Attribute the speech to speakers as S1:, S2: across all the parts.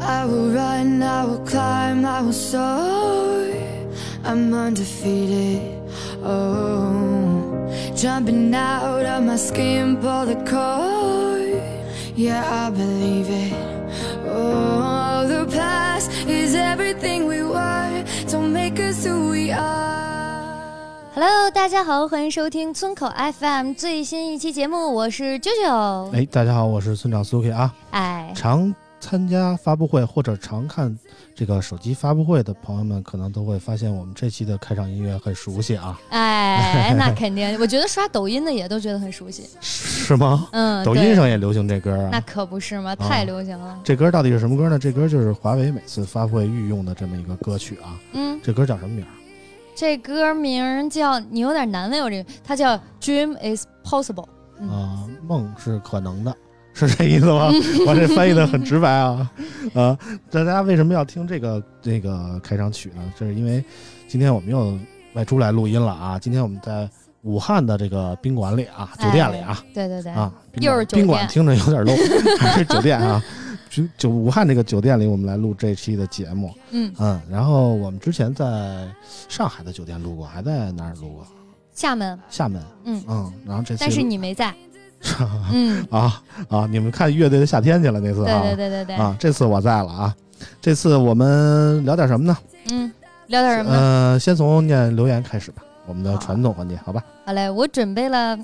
S1: I will run, I will climb, I will soar. I'm undefeated. Oh, jumping out of my skin, pull the cord. Yeah, I believe it. Oh, the past is everything we were. Don't make us who we are.
S2: Hello，大家好，欢迎收听村口 FM 最新一期节目，我是啾啾。
S3: 哎，大家好，我是村长 Suki 啊。
S2: 哎，
S3: 常参加发布会或者常看这个手机发布会的朋友们，可能都会发现我们这期的开场音乐很熟悉啊，
S2: 哎，那肯定，我觉得刷抖音的也都觉得很熟悉。
S3: 是吗？
S2: 嗯，
S3: 抖
S2: 对
S3: 音上也流行这歌
S2: 那
S3: 啊。
S2: 可不是嘛，
S3: 啊
S2: 太流行了。
S3: 这歌到底是什么歌呢？这歌就是华为每次发布会御用的这么一个歌曲啊。
S2: 嗯，
S3: 这歌叫什么名儿？
S2: 这歌名儿叫你有点难为我这个，它叫 Dream is Possible。嗯
S3: 啊、梦是可能的，是这意思 吗？我这翻译的很直白啊，啊，大家为什么要听这个这个开场曲呢？这是因为今天我们又外出来录音了啊，今天我们在武汉的这个宾馆里啊，酒店里啊，
S2: 对哎对对，
S3: 啊，宾
S2: 又
S3: 馆
S2: 是酒
S3: 宾馆
S2: 店
S3: 听着有点 low，还是 酒店啊。就就武汉这个酒店里，我们来录这期的节目，
S2: 嗯，
S3: 嗯，然后我们之前在上海的酒店录过，还在哪儿录过？
S2: 厦门，
S3: 厦门，
S2: 嗯，
S3: 嗯，然后这次
S2: 但是
S3: 录
S2: 你没在。 嗯，
S3: 啊啊！你们看乐队的夏天去了那次
S2: 对
S3: 啊
S2: 对对对对，
S3: 啊，这次我在了啊。这次我们聊点什么呢？
S2: 嗯，聊点什么呢？
S3: 呃，先从念留言开始吧，我们的
S2: 好
S3: 传统环节，好吧？
S2: 好嘞，我准备了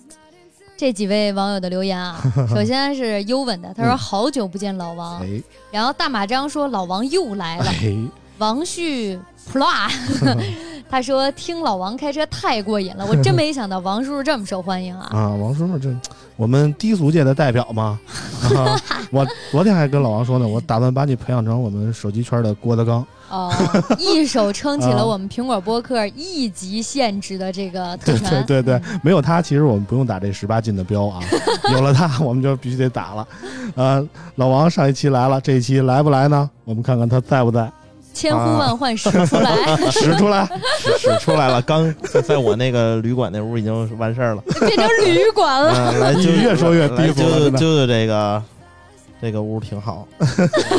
S2: 这几位网友的留言 啊。首先是优吻的，他说
S3: 嗯
S2: 好久不见老王，
S3: 哎
S2: 然后大马张说老王又来了，
S3: 哎，
S2: 王旭 pla，他说听老王开车太过瘾了，我真没想到王叔叔这么受欢迎啊。
S3: 啊，王叔叔，这我们低俗界的代表 嘛。啊、我昨天还跟老王说呢，我打算把你培养成我们手机圈的郭德纲。
S2: 哦，一手撑起
S3: 啊
S2: 了我们苹果播客一级限制的这个 特
S3: 对
S2: 权。
S3: 对对对，没有他，其实我们不用打这十八禁的标啊。有了他，我们就必须得打了。呃，老王上一期来了，这一期来不来呢？我们看看他在不在。
S2: 千呼万唤始出来，
S3: 使出来，
S4: 使使出来了，刚在在我那个旅馆那屋已经完事 儿了。
S2: 变成旅馆
S3: 啊
S2: 了。
S4: 嗯，来
S3: 你
S4: 就
S3: 哎越说越低
S4: 来
S3: 俗了
S4: 哎就
S3: 真的
S4: 就这个这个屋挺好，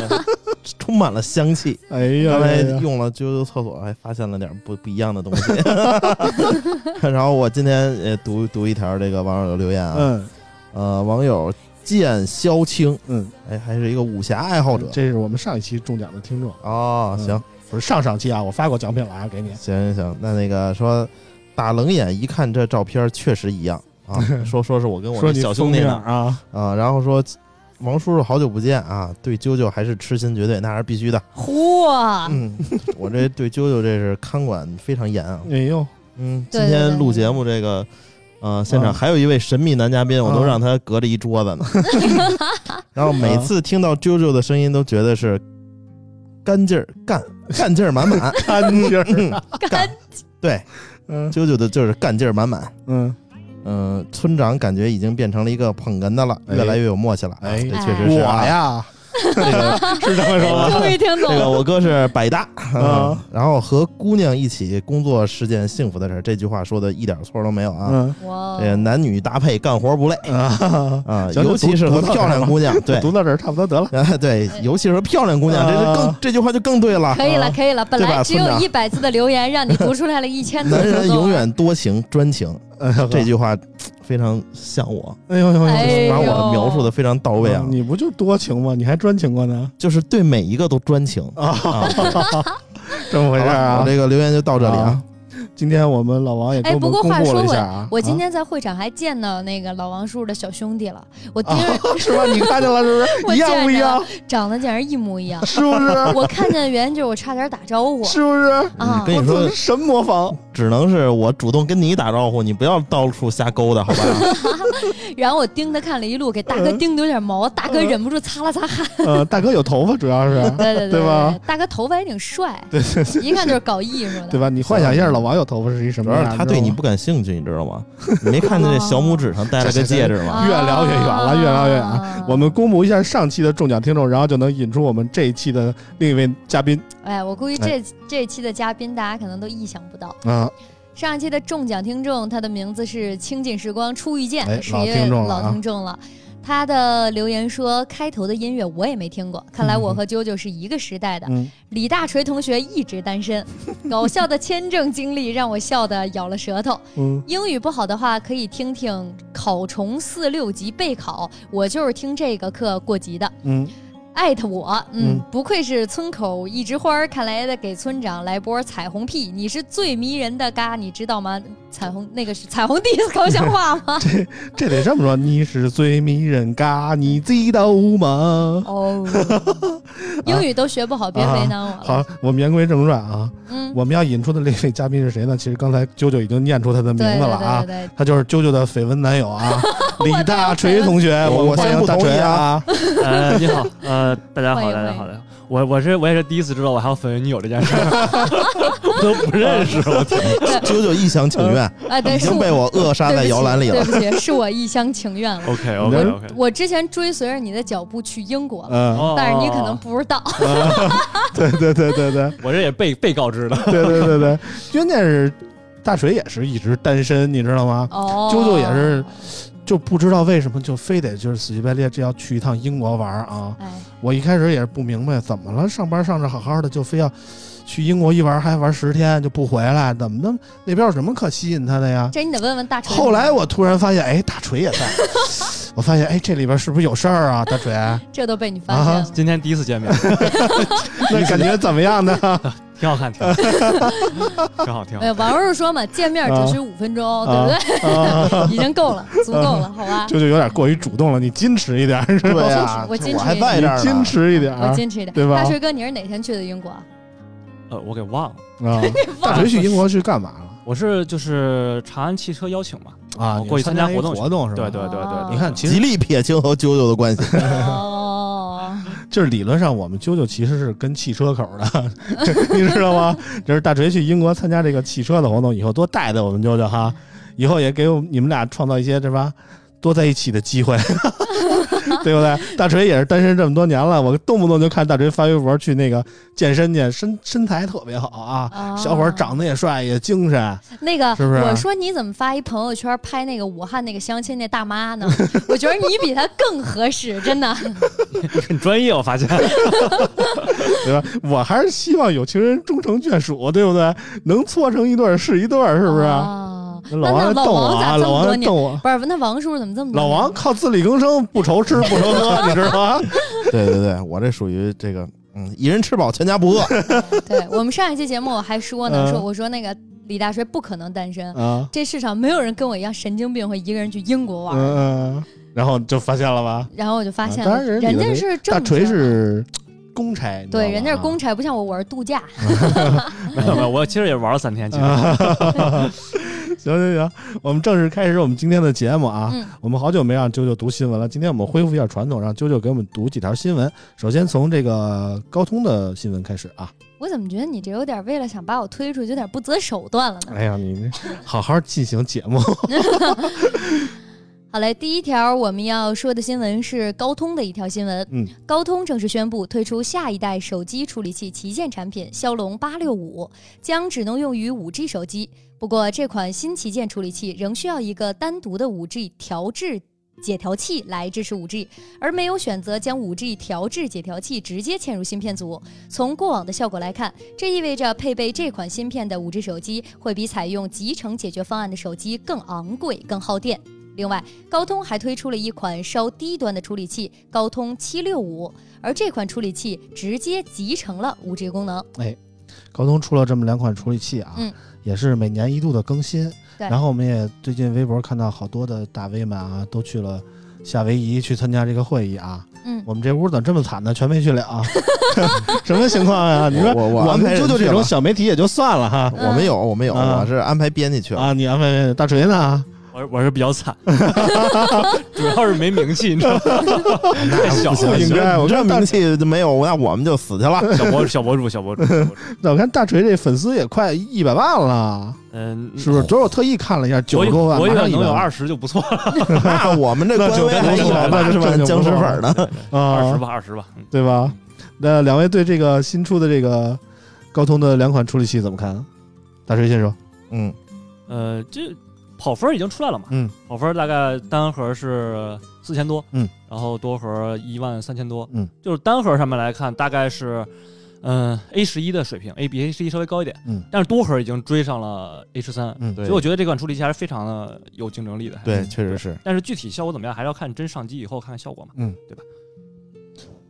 S4: 充满了香气。
S3: 哎呀，
S4: 刚才啊
S3: 哎呀
S4: 用了啾啾厕所，还发现了点不不一样的 东西。 然后我今天也读读一条这个网友的留言啊，
S3: 嗯
S4: 呃，网友剑萧青，
S3: 嗯，
S4: 哎，还是一个武侠爱好者。
S3: 这是我们上一期中奖的听众，
S4: 哦，
S3: 嗯
S4: 行
S3: 不是上上期啊，我发过奖品了啊，给你。
S4: 行行行，那那个说打冷眼一看这照片确实一样 啊，说说是我跟我
S3: 说
S4: 那
S3: 你
S4: 小兄
S3: 疯
S4: 弟
S3: 样
S4: 呢。
S3: 啊，
S4: 啊，然后说王叔叔好久不见啊，对啾啾还是痴心绝对，那是必须的。
S2: 嚯，
S4: 嗯，我这对啾啾这是看管非常严啊。
S3: 哎 呦，
S4: 嗯，今
S2: 对对对
S4: 天录节目这个，呃，现
S3: 啊
S4: 场还有一位神秘男嘉宾，我都
S3: 啊，
S4: 让他隔着一桌子呢。然后每次听到啾啾的声音，都觉得是干劲儿干干劲儿满满
S3: 干劲儿，
S4: 嗯干对
S3: 嗯
S4: 啾啾的就是干劲儿满满。
S3: 嗯，
S4: 嗯、村长感觉已经变成了一个捧哏的了，
S3: 哎
S4: 越来越有默契了啊。
S3: 哎
S4: 这确实
S3: 我
S4: 是啊
S3: 呀，
S4: 这个
S3: 是这么说吗？
S2: 终于听懂
S4: 这个
S2: 了。
S4: 我哥是百搭，
S3: 嗯
S4: 嗯， 然后和姑娘一起工作是件幸福的事儿，这句话说的一点错都没有啊。
S3: 嗯
S2: 哇，哦
S4: 这个男女搭配干活不累
S3: 啊，
S4: 啊，
S3: 行
S4: 尤其是和漂亮姑娘，对
S3: 读到这儿差不多得了。
S4: 啊对，尤其是和漂亮姑娘，这是
S3: 啊
S4: 更这句话就更对了。
S2: 哎
S4: 啊
S2: 可以了，可以了。本
S4: 对吧
S2: 来只有
S4: 村长
S2: 一百字的留言，让你读出来了一千字。
S4: 男人永远多情 专情，这
S3: 句，
S4: 句话非常像我，
S3: 哎呦呦
S2: 哎
S3: 呦，
S2: 呦
S4: 把我描述的非常到位啊
S3: 嗯，你不就多情吗？你还专情啊过呢？
S4: 就是对每一个都专情
S3: 啊
S4: 啊。
S3: 这么回
S4: 好
S3: 事儿
S4: 了，我
S3: 啊？
S4: 这个留言就到这里啊。
S3: 今天我们老王也给
S2: 哎
S3: 我们
S2: 不过
S3: 公
S2: 话
S3: 布了
S2: 说
S3: 一下啊。
S2: 我今
S3: 啊
S2: 天在会场还见到那个老王叔叔的小兄弟了，我盯着、
S3: 是吧？你看见了是不
S2: 我
S3: 啊是？一样不一样？。
S2: 长得简直一模一样
S3: 是不是？
S2: 我看见袁姐，我差点打招 呼
S3: 是不嗯是？
S2: 啊！
S4: 跟你
S3: 我
S4: 说
S3: 怎么神模仿？
S4: 只能是我主动跟你打招呼，你不要到处瞎勾搭，好吧？
S2: 然后我盯他看了一路，给大哥
S3: 嗯
S2: 盯的有点毛，大哥忍不住擦了擦汗。
S3: 呃，大哥有头发，主要是
S2: 对对
S3: 嗯对吧
S2: 对，大哥头发也挺帅，
S3: 对对对
S2: 一看就是搞艺术
S3: 对
S2: 的。
S3: 吧？你幻想一下老王有头发是一什
S4: 主
S3: 么
S4: 要
S3: 样？
S4: 是他对你不感兴趣，你知道吗？你没看见这小拇指上戴了个戒指 吗？
S3: 越聊越远了越聊越远
S2: 啊
S3: 我们公布一下上期的中奖听众，然后就能引出我们这一期的另一位嘉宾
S2: 哎，我估计这这一期的嘉宾大家可能都意想不到。
S3: 啊，
S2: 上一期的中奖听众，他的名字是清近时光初遇见
S3: 哎，
S2: 是
S3: 老
S2: 一
S3: 听
S2: 位
S3: 众了啊
S2: 老听众了。他的留言说，开头的音乐我也没听过，看来我和啾啾是一个时代的。
S3: 嗯，
S2: 李大锤同学一直单身，搞笑的签证经历让我笑得咬了舌头。
S3: 嗯
S2: 英语不好的话，可以听听考虫四六级备考，我就是听这个课过级的。
S3: 嗯，
S2: 艾特我，嗯
S3: 嗯，
S2: 不愧是村口一枝花儿，看来得给村长来波彩虹屁，你是最迷人的嘎，你知道吗？彩虹那个是彩虹 disco 像话吗？
S3: 这得这么说，你是最迷人嘎，你知道吗？
S2: 哦，英语都学不好，别为难我了。
S3: 啊好，我们言归正传啊，
S2: 嗯，
S3: 我们要引出的另一位嘉宾是谁呢？其实刚才啾啾已经念出他的名
S2: 对
S3: 字
S2: 对
S3: 了啊
S2: 对对，对，
S3: 他就是啾啾的绯闻男友 啊，李大锤同学，
S4: 我
S3: 我们欢迎大锤啊！
S5: 呃，你好，呃，大家
S2: 欢
S5: 好，
S2: 迎
S5: 大家
S2: 欢
S5: 好，
S2: 迎
S5: 大家好。我我是我也是第一次知道我还有绯闻女友这件事儿，都不认识。我天，
S4: 九九一厢情 愿，
S2: 啊，对，
S4: 已
S2: 是
S4: 经
S2: 我
S4: 被我扼杀在摇篮里
S2: 对
S4: 了。
S2: 不起，对不起，是我一厢情愿 了。
S5: OK OK OK。
S2: 我之前追随着你的脚步去英国了，
S3: 嗯，
S5: 哦
S2: 但是你可能，不知道。
S3: 对对对对对
S5: 我这也被被告知的。
S3: 对对对对，关键是大锤也是一直单身，你知道吗？
S2: 哦，
S3: 啾啾也是，就不知道为什么就非得就是死乞白赖，这要去一趟英国玩儿啊！
S2: 哎，
S3: 我一开始也是不明白怎么了，上班上着好好的，就非要去英国一玩儿还玩十天就不回来，怎么的？那边有什么可吸引他的呀？
S2: 这你得问问大锤。
S3: 后来我突然发现，哎，大锤也 在，我发现哎这里边是不是有事儿啊？大 锤，
S2: 这都被你发现了。
S5: 今天第一次见面，
S3: 那感觉怎么样呢？
S5: 挺好看，挺好看，挺好，挺好
S2: 哎，。王叔说嘛，见面只需五分钟，对不
S3: 啊，
S2: 对？ 已经够了，足够 了，好吧？
S3: 舅舅有点过于主动了，你矜持一点儿，是吧？
S4: 对啊，
S2: 我矜持
S4: 我还在
S3: 你
S4: 这儿
S3: 矜
S4: 呢。
S3: 持一点
S2: 我
S3: 儿
S2: 矜持一点，
S3: 啊对吧
S2: 大锤哥，你是哪天去的英国？啊
S5: 呃，我给忘了，
S3: 啊！大锤去英国去干嘛了？
S5: 我是就是长安汽车邀请嘛。
S3: 啊，
S5: 我
S3: 你
S5: 过去
S3: 参
S5: 参加
S3: 一
S5: 活动去
S3: 活动是吧？
S5: 对对对对，
S3: 你看，其
S4: 极
S3: 实
S4: 力撇清和啾啾的关系，
S2: 哦，
S3: 就是理论上，我们啾啾其实是跟汽车口的， 你知道吗？就是大锤去英国参加这个汽车的活动，以后多带带我们啾啾哈，以后也给我们你们俩创造一些什么多在一起的机会， 对不对？大锤也是单身这么多年了，我动不动就看大锤发微博去那个健身去，身身材特别好啊，
S2: 哦
S3: 小伙儿长得也帅也精神，
S2: 那个，
S3: 是不是啊
S2: 我说你怎么发一朋友圈拍那个武汉那个相亲那大妈 呢？我觉得你比她更合适，真的。
S5: 很专业，我发现。
S3: 对吧？我还是希望有情人终成眷属，对不对？能搓成一对儿是一对儿，是不是？
S2: 哦那
S3: 老
S2: 那
S3: 王
S2: 老
S3: 逗我
S2: 王咋
S3: 啊，
S2: 这
S3: 老
S2: 么多
S3: 王
S2: 年
S3: 逗？我。
S2: 不是，那王叔怎么这么多
S3: 老
S2: 年
S3: 王靠自力更生，不愁吃不愁 喝，你知道吗？
S4: 对对对，我这属于这个，嗯，一人吃饱全家不 饿。
S2: 对我们上一期节目我还说呢，
S3: 嗯
S2: 说我说那个李大锤不可能单身，
S3: 啊，
S2: 这世上没有人跟我一样神经病会一个人去英国玩。
S3: 嗯嗯，然后就发现了吧？
S2: 然后我就发现
S3: 啊当
S2: 了，
S3: 然人李大锤
S2: 人家是
S3: 大
S2: 正
S3: 锤
S2: 经
S3: 是公差，你知道吧
S2: 对，人家是公差，不像我，我是度假。
S5: 没有没有，我其实也玩了三天，其实。
S3: 行行行，我们正式开始我们今天的节目啊。
S2: 嗯
S3: 我们好久没让啾啾读新闻了，今天我们恢复一下传统，让啾啾给我们读几条新闻。首先从这个高通的新闻开始啊。
S2: 我怎么觉得你这有点为了想把我推出去，有点不择手段了呢？
S3: 哎呀，你这好好进行节目。
S2: 好嘞，第一条我们要说的新闻是高通的一条新闻。
S3: 嗯，
S2: 高通正式宣布推出下一代手机处理器旗舰产品骁龙八六五，将只能用于五 G 手机。不过，这款新旗舰处理器仍需要一个单独的五 G 调制解调器来支持五 G，而没有选择将五 G 调制解调器直接嵌入芯片组。从过往的效果来看，这意味着配备这款芯片的五 G 手机会比采用集成解决方案的手机更昂贵、更耗电。另外，高通还推出了一款稍低端的处理器高通七六五，而这款处理器直接集成了五 G 功能。
S3: 高通出了这么两款处理器啊，
S2: 嗯
S3: 也是每年一度的更新。
S2: 对
S3: 然后我们也最近微博看到好多的大 V 们啊，都去了夏威夷去参加这个会议啊。
S2: 嗯，
S3: 我们这屋怎么这么惨呢？全没去了 啊，什么情况呀、你说
S4: 我我
S3: 我
S4: 安排
S3: 们
S4: 人
S3: 就就
S4: 去
S3: 这种
S4: 了
S3: 小媒体也就算了哈
S4: 我没有，我没有，
S3: 啊
S4: 我是安排编辑去了。
S3: 啊，你安排大锤呢？
S5: 我是我是比较惨，主要是没名气，你知道吗？太小
S4: 不
S5: 了，
S4: 应该，我
S3: 你知道
S4: 这
S3: 大
S4: 名气就没有，那我们就死去了。
S5: 小博小博主，小博主，小博主
S3: 那我看大锤这粉丝也快一百万了，
S5: 嗯，
S3: 是
S4: 哦
S3: 不是？昨儿我特意看了一下，九
S5: 我
S3: 十多万，
S5: 我以
S3: 马
S5: 为
S3: 上
S5: 能
S3: 一百
S5: 有
S3: 万
S5: 二十就不错了，
S4: 那我们这
S3: 那
S4: 官
S3: 就
S4: 威
S3: 真
S4: 还
S3: 不
S4: 一
S3: 错
S4: 百
S3: 那就
S4: 万
S3: 真
S4: 赚
S3: 不
S4: 僵尸
S3: 错
S4: 粉儿呢。
S5: 二十
S3: 啊，
S5: 吧，二十吧，嗯
S3: 对吧？那两位对这个新出的这个高通的两款处理器怎么看？大锤先说，
S4: 嗯，
S5: 呃，这跑分儿已经出来了嘛？
S3: 嗯，
S5: 跑分儿大概单核是四千多，
S3: 嗯，
S5: 然后多核一万三千多，
S3: 嗯，
S5: 就是单核上面来看，大概是嗯 A 十一的水平，A 比 A 十一稍微高一点，
S3: 嗯，
S5: 但是多核已经追上了 A 十三，
S3: 嗯，
S4: 对
S5: 所以我觉得这款处理器还是非常的有竞争力的，还是
S4: 对，确实是
S5: 但是具体效果怎么样，还是要看真上机以后看看效果嘛。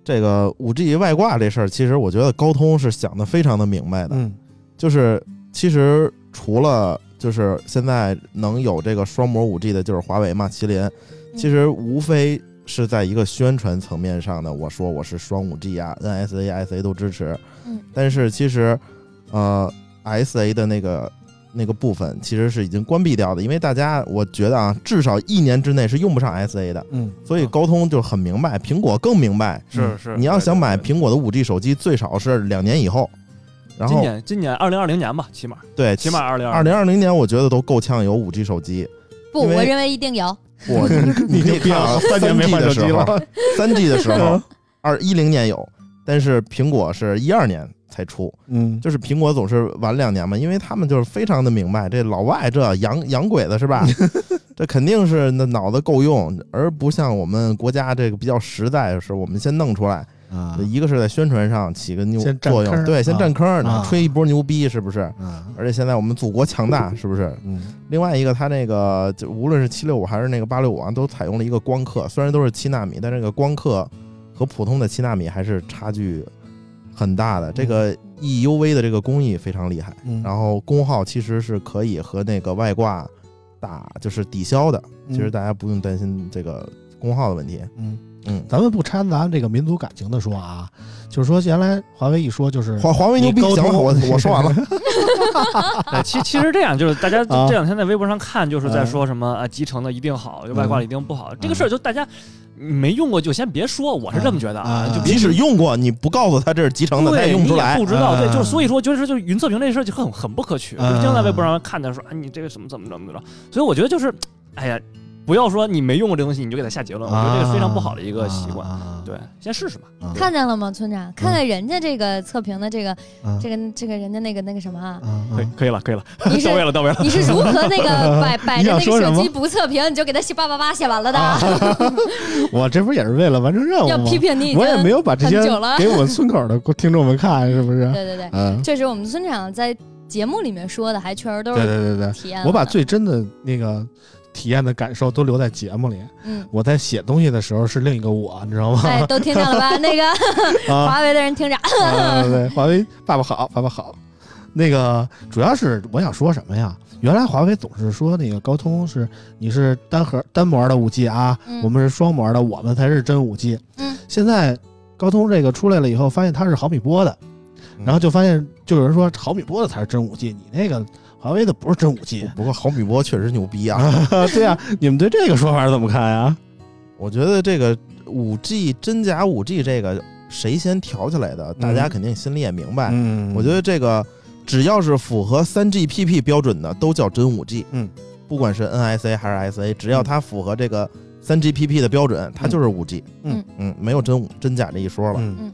S4: 这个五 G 外挂这事儿，其实我觉得高通是想的非常的明白的。
S3: 嗯
S4: 就是其实除了就是现在能有这个双模五 G 的，就是华为嘛，麒麟，其实无非是在一个宣传层面上的，我说我是双五 G 啊，NSA、SA 都支持，
S2: 嗯，
S4: 但是其实呃，SA 的那个。那个部分其实是已经关闭掉的，因为大家我觉得啊，至少一年之内是用不上 SA 的，
S3: 嗯
S4: 所以高通就很明白，苹果更明白，
S3: 是
S5: 是
S4: 你要想买苹果的五 G 手机，最少是两年以后，然
S5: 今
S4: 后
S5: 年今年二零二零年吧，起码
S4: 对，
S5: 起码二零
S4: 二零二零年，我觉得都够呛有五 G 手机。
S2: 不，
S4: 因为
S2: 我认为一定有。
S4: 我你可以看啊，
S3: 三年没换手
S4: 的
S3: 机
S4: 时候，
S3: 了，嗯
S4: 三 G 的时候，二一零年有，但是苹果是一二年才出，
S3: 嗯，
S4: 就是苹果总是晚两年嘛，因为他们就是非常的明白，这老外这洋洋鬼子 是吧？这肯定是那脑子够用，而不像我们国家这个比较实在，是我们先弄出来，
S3: 啊
S4: 一个是在宣传上起个牛
S3: 先占
S4: 作
S3: 坑
S4: 用，
S3: 儿
S4: 对，先
S3: 啊
S4: 占坑儿呢
S3: 啊，
S4: 吹一波牛逼是不是？
S3: 啊
S4: 而且现在我们祖国强大是不是？
S3: 嗯
S4: 另外一个，它那个就无论是七六五还是那个八六五啊，都采用了一个光刻，虽然都是七纳米，但这个光刻和普通的七纳米还是差距很大的。这个 EUV 的这个工艺非常厉害，
S3: 嗯，
S4: 然后功耗其实是可以和那个外挂打就是抵消的，
S3: 嗯
S4: 其实大家不用担心这个功耗的问题。
S3: 嗯。
S4: 嗯，
S3: 咱们不掺杂这个民族感情的说啊，就是说原来华为一说就是
S4: 华华为牛逼，
S3: 嗯你高
S4: 行了，
S3: 通
S4: 我 我说完了。
S5: 对，啊其其实这样就是大家
S3: 啊
S5: 这两天在微博上看，就是在说什么啊，集成的一定好，就外挂的一定不好。这个事儿就大家没用过就先别说，我是这么觉得
S3: 啊
S5: 就
S3: 啊
S5: 别
S4: 即使用过，你不告诉他这是集成的，他也
S5: 对，
S4: 用
S5: 你
S4: 不出
S5: 也
S4: 来
S5: 不。知道，对，
S3: 啊
S5: 就是所以说，就是就是云测评这事儿就很很不可取，
S3: 啊
S5: 就经常在微博上看的说啊，你这个什么怎么怎么怎么着，所以我觉得就是，哎呀，不要说你没用过这东西你就给他下结论，我觉得这是非常不好的一个习惯。
S3: 啊，
S5: 对，先试试嘛。
S3: 啊
S2: 看见了吗，村长？看看人家这个测评的这个
S3: 啊
S2: 这个这个人家那个那个什么啊，
S3: 啊啊
S5: 可以，可以了，可以了，
S2: 你是啊
S5: 到位了，到位了。
S2: 你是如何 那个摆摆着
S3: 你想
S2: 那
S3: 说
S2: 个
S3: 什
S2: 手
S3: 么
S2: 机不测评，你就给他写叭叭叭写 完了的？
S3: 我这不也是为了完成任务
S2: 要
S3: 吗？
S2: 批评你已
S3: 啊
S2: 经
S3: 我也没有把这些
S2: 很久了
S3: 给我们村口的听众们看，是不是？
S2: 对对对，
S3: 嗯，
S2: 确实我们村长在节目里面说的，还确实都
S3: 对
S2: 是
S3: 对对对，
S2: 体验了
S3: 我把
S2: 的
S3: 最真的那个体验的感受都留在节目里。
S2: 嗯。
S3: 我在写东西的时候是另一个我，你知道吗？
S2: 哎，都听见 了吧？那个
S3: 啊，
S2: 华为的人听着，
S3: 啊对，华为爸爸好，爸爸好。那个主要是我想说什么呀？原来华为总是说那个高通是你是单核单模的五 G 啊，
S2: 嗯
S3: 我们是双模的，我们才是真五 G。
S2: 嗯，
S3: 现在高通这个出来了以后，发现它是毫米波的，
S4: 嗯
S3: 然后就发现就有人说毫米波的才是真五 G，你那个华为的不是真五 G
S4: 不过毫米波确实牛逼啊。
S3: 对呀、你们对这个说法怎么看呀？
S4: 我觉得这个五 G 真假五 G 这个谁先挑起来的，大家肯定心里也明白。
S3: 嗯
S4: 我觉得这个只要是符合三 GPP 标准的，都叫真五 G。
S3: 嗯，
S4: 不管是 NSA 还是 SA，只要它符合这个三 GPP 的标准，它就是五 G。
S3: 嗯
S4: 嗯，没有真真假这一说了。
S3: 嗯，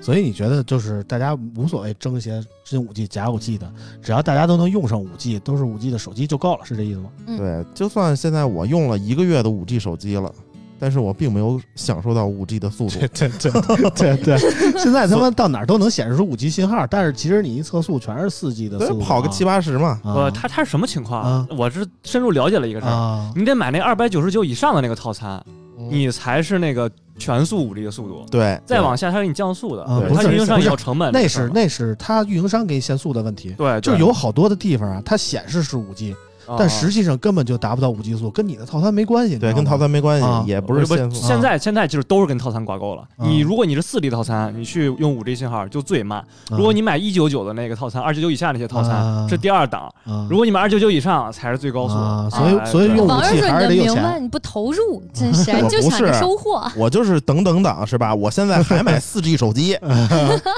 S3: 所以你觉得就是大家无所谓争一些真五 G 假五 G 的，
S4: 嗯
S3: 只要大家都能用上五 G，都是五 G 的手机就够了，是这意思 吗？
S2: 嗯
S4: 对，就算现在我用了一个月的五 G 手机了，但是我并没有享受到五 G 的速度。
S3: 对对对 对，现在他妈到哪儿都能显示出五 G 信号，但是其实你一测速全是四 G 的
S4: 对
S3: 速度啊，
S4: 跑个七八十嘛。
S3: 啊
S5: 呃，他他是什么情况
S3: 啊？
S5: 我是深入了解了一个事儿，
S3: 啊，
S5: 你得买那二百九十九以上的那个套餐，
S3: 嗯
S5: 你才是那个全速五 G 的速度。
S4: 对，
S5: 再往下，它是给你降速的
S3: 啊，
S5: 对
S4: 不
S5: 它
S3: 是
S5: 运营商
S3: 不
S5: 也
S3: 是
S5: 有成本的
S3: 那
S5: 事儿
S3: 是
S5: 嘛。
S3: 那是它运营商给你限速的问题，
S5: 对，
S3: 就
S5: 对
S3: 是有好多的地方啊，它显示是五 G，但实际上根本就达不到五 G 速，跟你的套餐没关系。你知
S4: 对，
S3: 道
S4: 跟
S3: 吗
S4: 套餐没关
S3: 啊
S4: 系，也不是
S5: 不
S4: 限速。
S5: 现在现在就是都是跟套餐挂钩了。
S3: 嗯
S5: 你如果你是四 G 套餐，你去用五 G 信号就最慢；
S3: 嗯
S5: 如果你买一九九的那个套餐，二九九以下那些套
S3: 啊
S5: 餐是第二档；
S3: 啊
S5: 如果你买二九九以上才是最高速
S3: 啊。
S2: 所以
S5: 哎
S3: 所以
S5: 对
S3: 用
S2: 王
S3: 武
S2: 二
S3: 器
S2: 顺，
S3: 还是
S2: 你
S3: 得有
S2: 的明
S3: 钱
S2: 白，你不投入，真是就想着收获。
S4: 我就是等等党是吧？我现在 还买四 G 手机，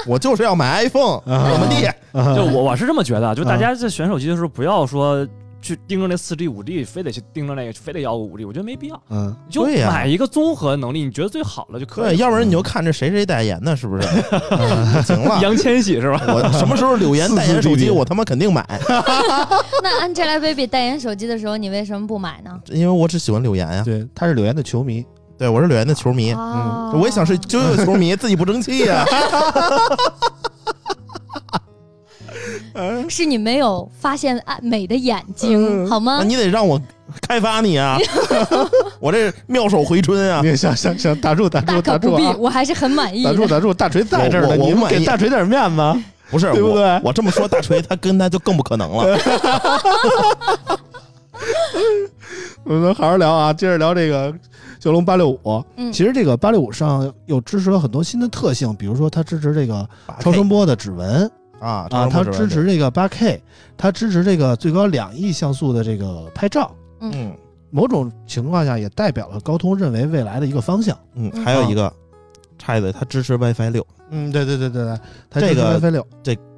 S4: 我就是要买 iPhone，怎
S3: 啊
S4: 么地？
S5: 就
S3: 嗯
S5: 我我是这么觉得，就大家在选手机的时候不要说去盯着那四 G、五 G，非得去盯着那个，非得要五 G，我觉得没必要。
S3: 嗯，
S5: 你就
S4: 对呀
S5: 买一个综合能力，你觉得最好的就可
S4: 对，
S5: 以。
S4: 要不然你就看这谁谁代言的，是不 是？行
S3: 啊
S4: 了，
S5: 杨千玺是吧？
S4: 我什么时候柳岩代言手机，我他妈肯定买，
S2: 那 Angelababy 代言手机的时候，你为什么不买呢？
S4: 因为我只喜欢柳岩呀。
S3: 对，他是柳岩的球迷，
S4: 对，我是柳岩的球迷，
S2: 哦
S4: 嗯我也想是九九球迷，自己不争气呀。
S2: 是你没有发现爱美的眼睛，好吗
S4: 那？你得让我开发你啊！我这妙手回春 啊！
S3: 你想想想打住打
S2: 大
S3: 住
S2: 可
S3: 打
S2: 不
S3: 住
S2: 必
S3: 啊，！
S2: 我还是很满意
S3: 打住
S2: 的。
S3: 打住，大锤在这儿呢，
S4: 我我
S3: 你们
S4: 我满意
S3: 给大锤点面子啊。
S4: 不是，
S3: 对不对
S4: 我我这么说，大锤他跟他就更不可能了。
S3: 我们好好聊啊，接着聊这个骁龙八六五。
S2: 嗯
S3: 其实这个八六五上又支持了很多新的特性，比如说它支持这个超声波的指纹
S4: 啊
S3: 啊，它支，
S4: 超声波指纹
S3: 持这个八 K，它支持这个最高两亿像素的这个拍照。
S4: 嗯
S3: 某种情况下也代表了高通认为未来的一个方向。
S4: 嗯，还有一个插一嘴，它支持 WiFi 六。
S3: 嗯，对对对对对，它
S4: 这个
S3: WiFi 六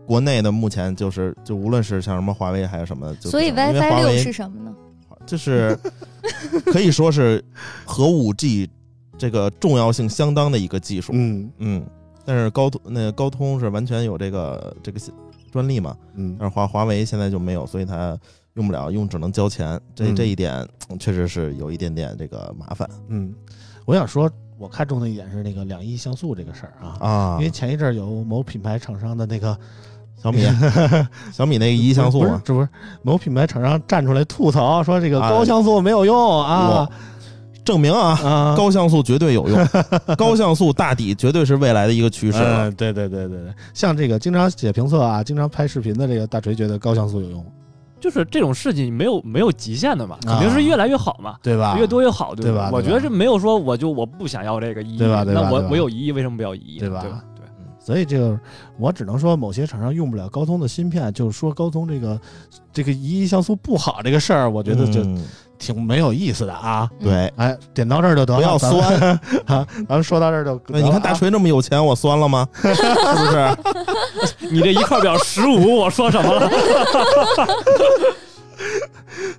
S4: 国内的目前就是，就无论是像什么华为还有什么，就
S2: 所以
S4: 不行因为
S2: WiFi
S4: 华
S2: 六
S4: 为
S2: 是什么呢？
S4: 就是 可以说是和五 G 这个重要性相当的一个技术。
S3: 嗯
S4: 嗯，但是高通那高通是完全有这个这个信专利嘛，
S3: 嗯
S4: 但是华华为现在就没有，所以它用不了，用只能交钱。这
S3: 嗯
S4: 这一点嗯确实是有一点点这个麻烦
S3: 嗯，我想说，我看中的一点是那个两亿像素这个事儿啊，
S4: 啊
S3: 因为前一阵儿有某品牌厂商的那个
S4: 小米， 小米那个一像素
S3: 不是
S4: 啊，
S3: 这不是某品牌厂商站出来吐槽说这个
S4: 啊
S3: 高像素没有用啊
S4: 证明啊，
S3: 啊，
S4: 高像素绝对 有用，高像素大底绝对是未来的一个趋势了。
S3: 嗯，对对对对对，像这个经常写评测啊，经常拍视频的这个大锤觉得高像素有用，
S5: 就是这种事情没有没有极限的嘛，肯定是越来越好嘛。
S3: 对吧？
S5: 越多越好，对
S3: 啊对吧
S5: 我
S3: 对吧
S5: 觉得这没有说我就我不想要这个一亿，
S3: 对吧对吧
S5: 那我
S3: 对吧
S5: 我有一亿，为什么不要一亿呢？
S3: 对
S5: 对
S3: 吧
S5: 吧？对，
S3: 所以这个我只能说，某些厂商用不了高通的芯片，就是说高通这个这个一亿像素不好这个事儿，我觉得就
S4: 嗯
S3: 挺没有意思的啊。
S4: 对，
S3: 哎，点到这儿就得了，
S4: 不要
S3: 咱
S4: 酸
S3: 们。啊，咱们说到这儿就得
S4: 那
S3: 了啊。
S4: 你看大锤那么有钱，我酸 了吗？是不是？
S5: 你这一块表十五，我说什么 了？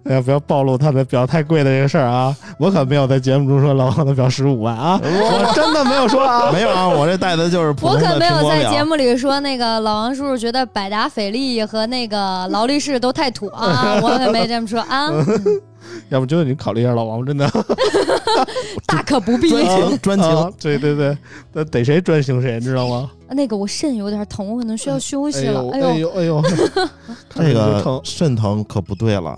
S3: 哎呀，不要暴露他的表太贵的这个事儿啊！我可没有在节目中说老王的表十五万啊，我真的没有说啊。
S4: 没有啊，我这戴的就是普
S2: 我
S4: 通
S2: 可
S4: 的
S2: 没
S4: 苹
S2: 有
S4: 果
S2: 在节
S4: 表。
S2: 目里说那个老王叔叔觉得百达翡丽和那个劳力士都太土啊，我可没这么说啊，
S3: 要不就是你考虑一下老王，真的
S2: 大可不必。
S4: 专情 专
S3: 啊
S4: 情，
S3: 对对对，那逮谁专情谁，你知道吗？
S2: 那个我肾有点疼，我可能需要休息了。
S3: 哎
S2: 哎呦，
S3: 呦哎 呦，看着
S4: 这
S3: 就
S4: 个
S3: 疼。
S4: 肾疼可不对了。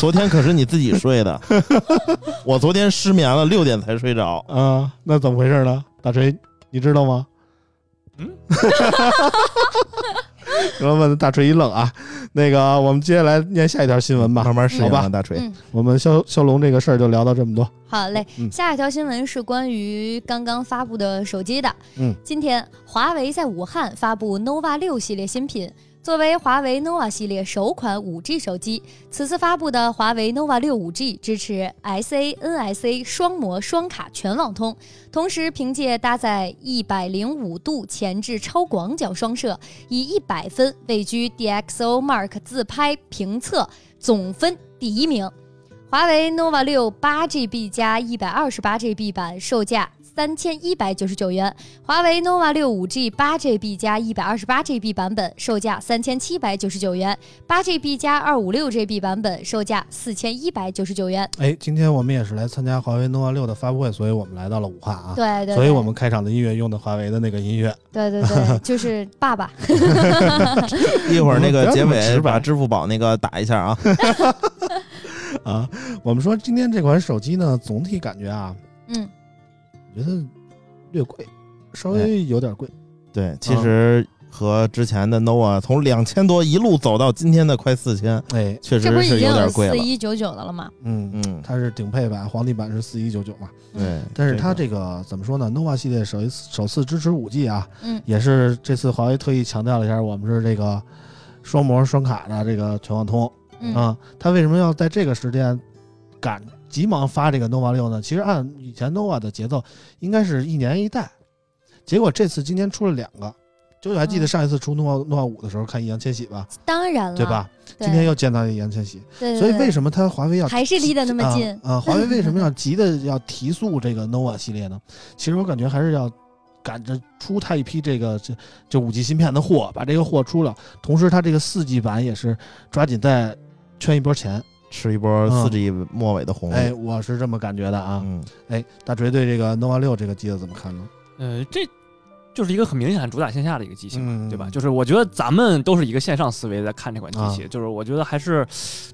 S4: 昨天可是你自己睡的，我昨天失眠了，六点才睡 着。
S3: 啊，那怎么回事呢？大锤，你知道吗？
S5: 嗯，
S3: 然后问大锤一愣啊，那个我们接下来念下一条新闻吧。
S4: 慢慢适应
S3: 好吧
S4: 啊，大锤。
S2: 嗯
S3: 我们骁骁龙这个事儿就聊到这么多。
S2: 好嘞，
S3: 嗯
S2: 下一条新闻是关于刚刚发布的手机的。
S3: 嗯，
S2: 今天华为在武汉发布 nova 六系列新品。作为华为 nova 系列首款 5G 手机，此次发布的华为 nova 六 5G 支持 SA、NSA 双模双卡全网通，同时凭借搭载105度前置超广角双摄，以100分位居 DxOMark 自拍评测总分第一名。华为 nova 六八 GB 加一百二十八 GB 版售价三千一百九十九元，华为 nova 六五 G 八 GB 加一百二十八 GB 版本售价三千七百九十九元，八 GB 加二五六 GB 版本售价四千一百九十九元。
S3: 哎，今天我们也是来参加华为 nova 六的发布会，所以我们来到了武汉啊。
S2: 对对对，
S3: 所以我们开场的音乐用的华为的那个音乐，
S2: 对对对，就是 爸爸，
S4: 一会儿那
S3: 嗯不
S4: 个
S3: 要
S4: 结
S3: 那么直
S4: 尾
S3: 白
S4: 把支付宝那个打一下啊。
S3: 啊，我们说今天这款手机呢，总体感觉啊，
S2: 嗯，
S3: 我觉得略贵，稍微有点贵。
S4: 对，其实和之前的 nova 从两千多一路走到今天的快四千，
S3: 哎，
S4: 确
S2: 这不
S4: 实
S2: 已
S4: 是
S2: 经
S4: 有点贵
S2: 四
S4: 了。
S2: 一九九的了吗？
S3: 嗯，
S4: 嗯，
S3: 它是顶配版，皇帝版是四一九九嘛。
S4: 对，
S3: 但是它
S4: 这
S3: 这个怎么说呢？nova 系列首一次首次支持五 G 啊，
S2: 嗯
S3: 也是这次华为特意强调了一下，我们是这个双模双卡的这个全网通
S2: 嗯
S3: 啊。它为什么要在这个时间赶急忙发这个 nova 六呢？其实按以前 nova 的节奏，应该是一年一代，结果这次今年出了两个。九九还记得
S2: 嗯
S3: 上一次出 nova nova 五的时候看易烊千玺吧，
S2: 当然了，
S3: 对吧？
S2: 嗯对？
S3: 今天又见到易烊千玺，
S2: 对，对
S3: 所以为
S2: 对
S3: 什么它华为要
S2: 还是离得那么近？
S3: 啊啊！华为为什么要急的要提速这个 nova 系列呢？其实我感觉还是要赶着出它一批这个这这五 G 芯片的货，把这个货出了。同时，它这个四 G 版也是抓紧再圈一波钱。
S4: 吃一波
S3: 嗯
S4: 四 G 末尾的红利。
S3: 哎，我是这么感觉的啊。
S4: 哦嗯，
S3: 哎，大锤对这个 nova 六这个机子怎么看呢？
S5: 呃，这就是一个很明显主打线下的一个机型嘛，
S3: 嗯啊
S5: 对吧？就是我觉得咱们都是一个线上思维在看这款机器，就是我觉得还是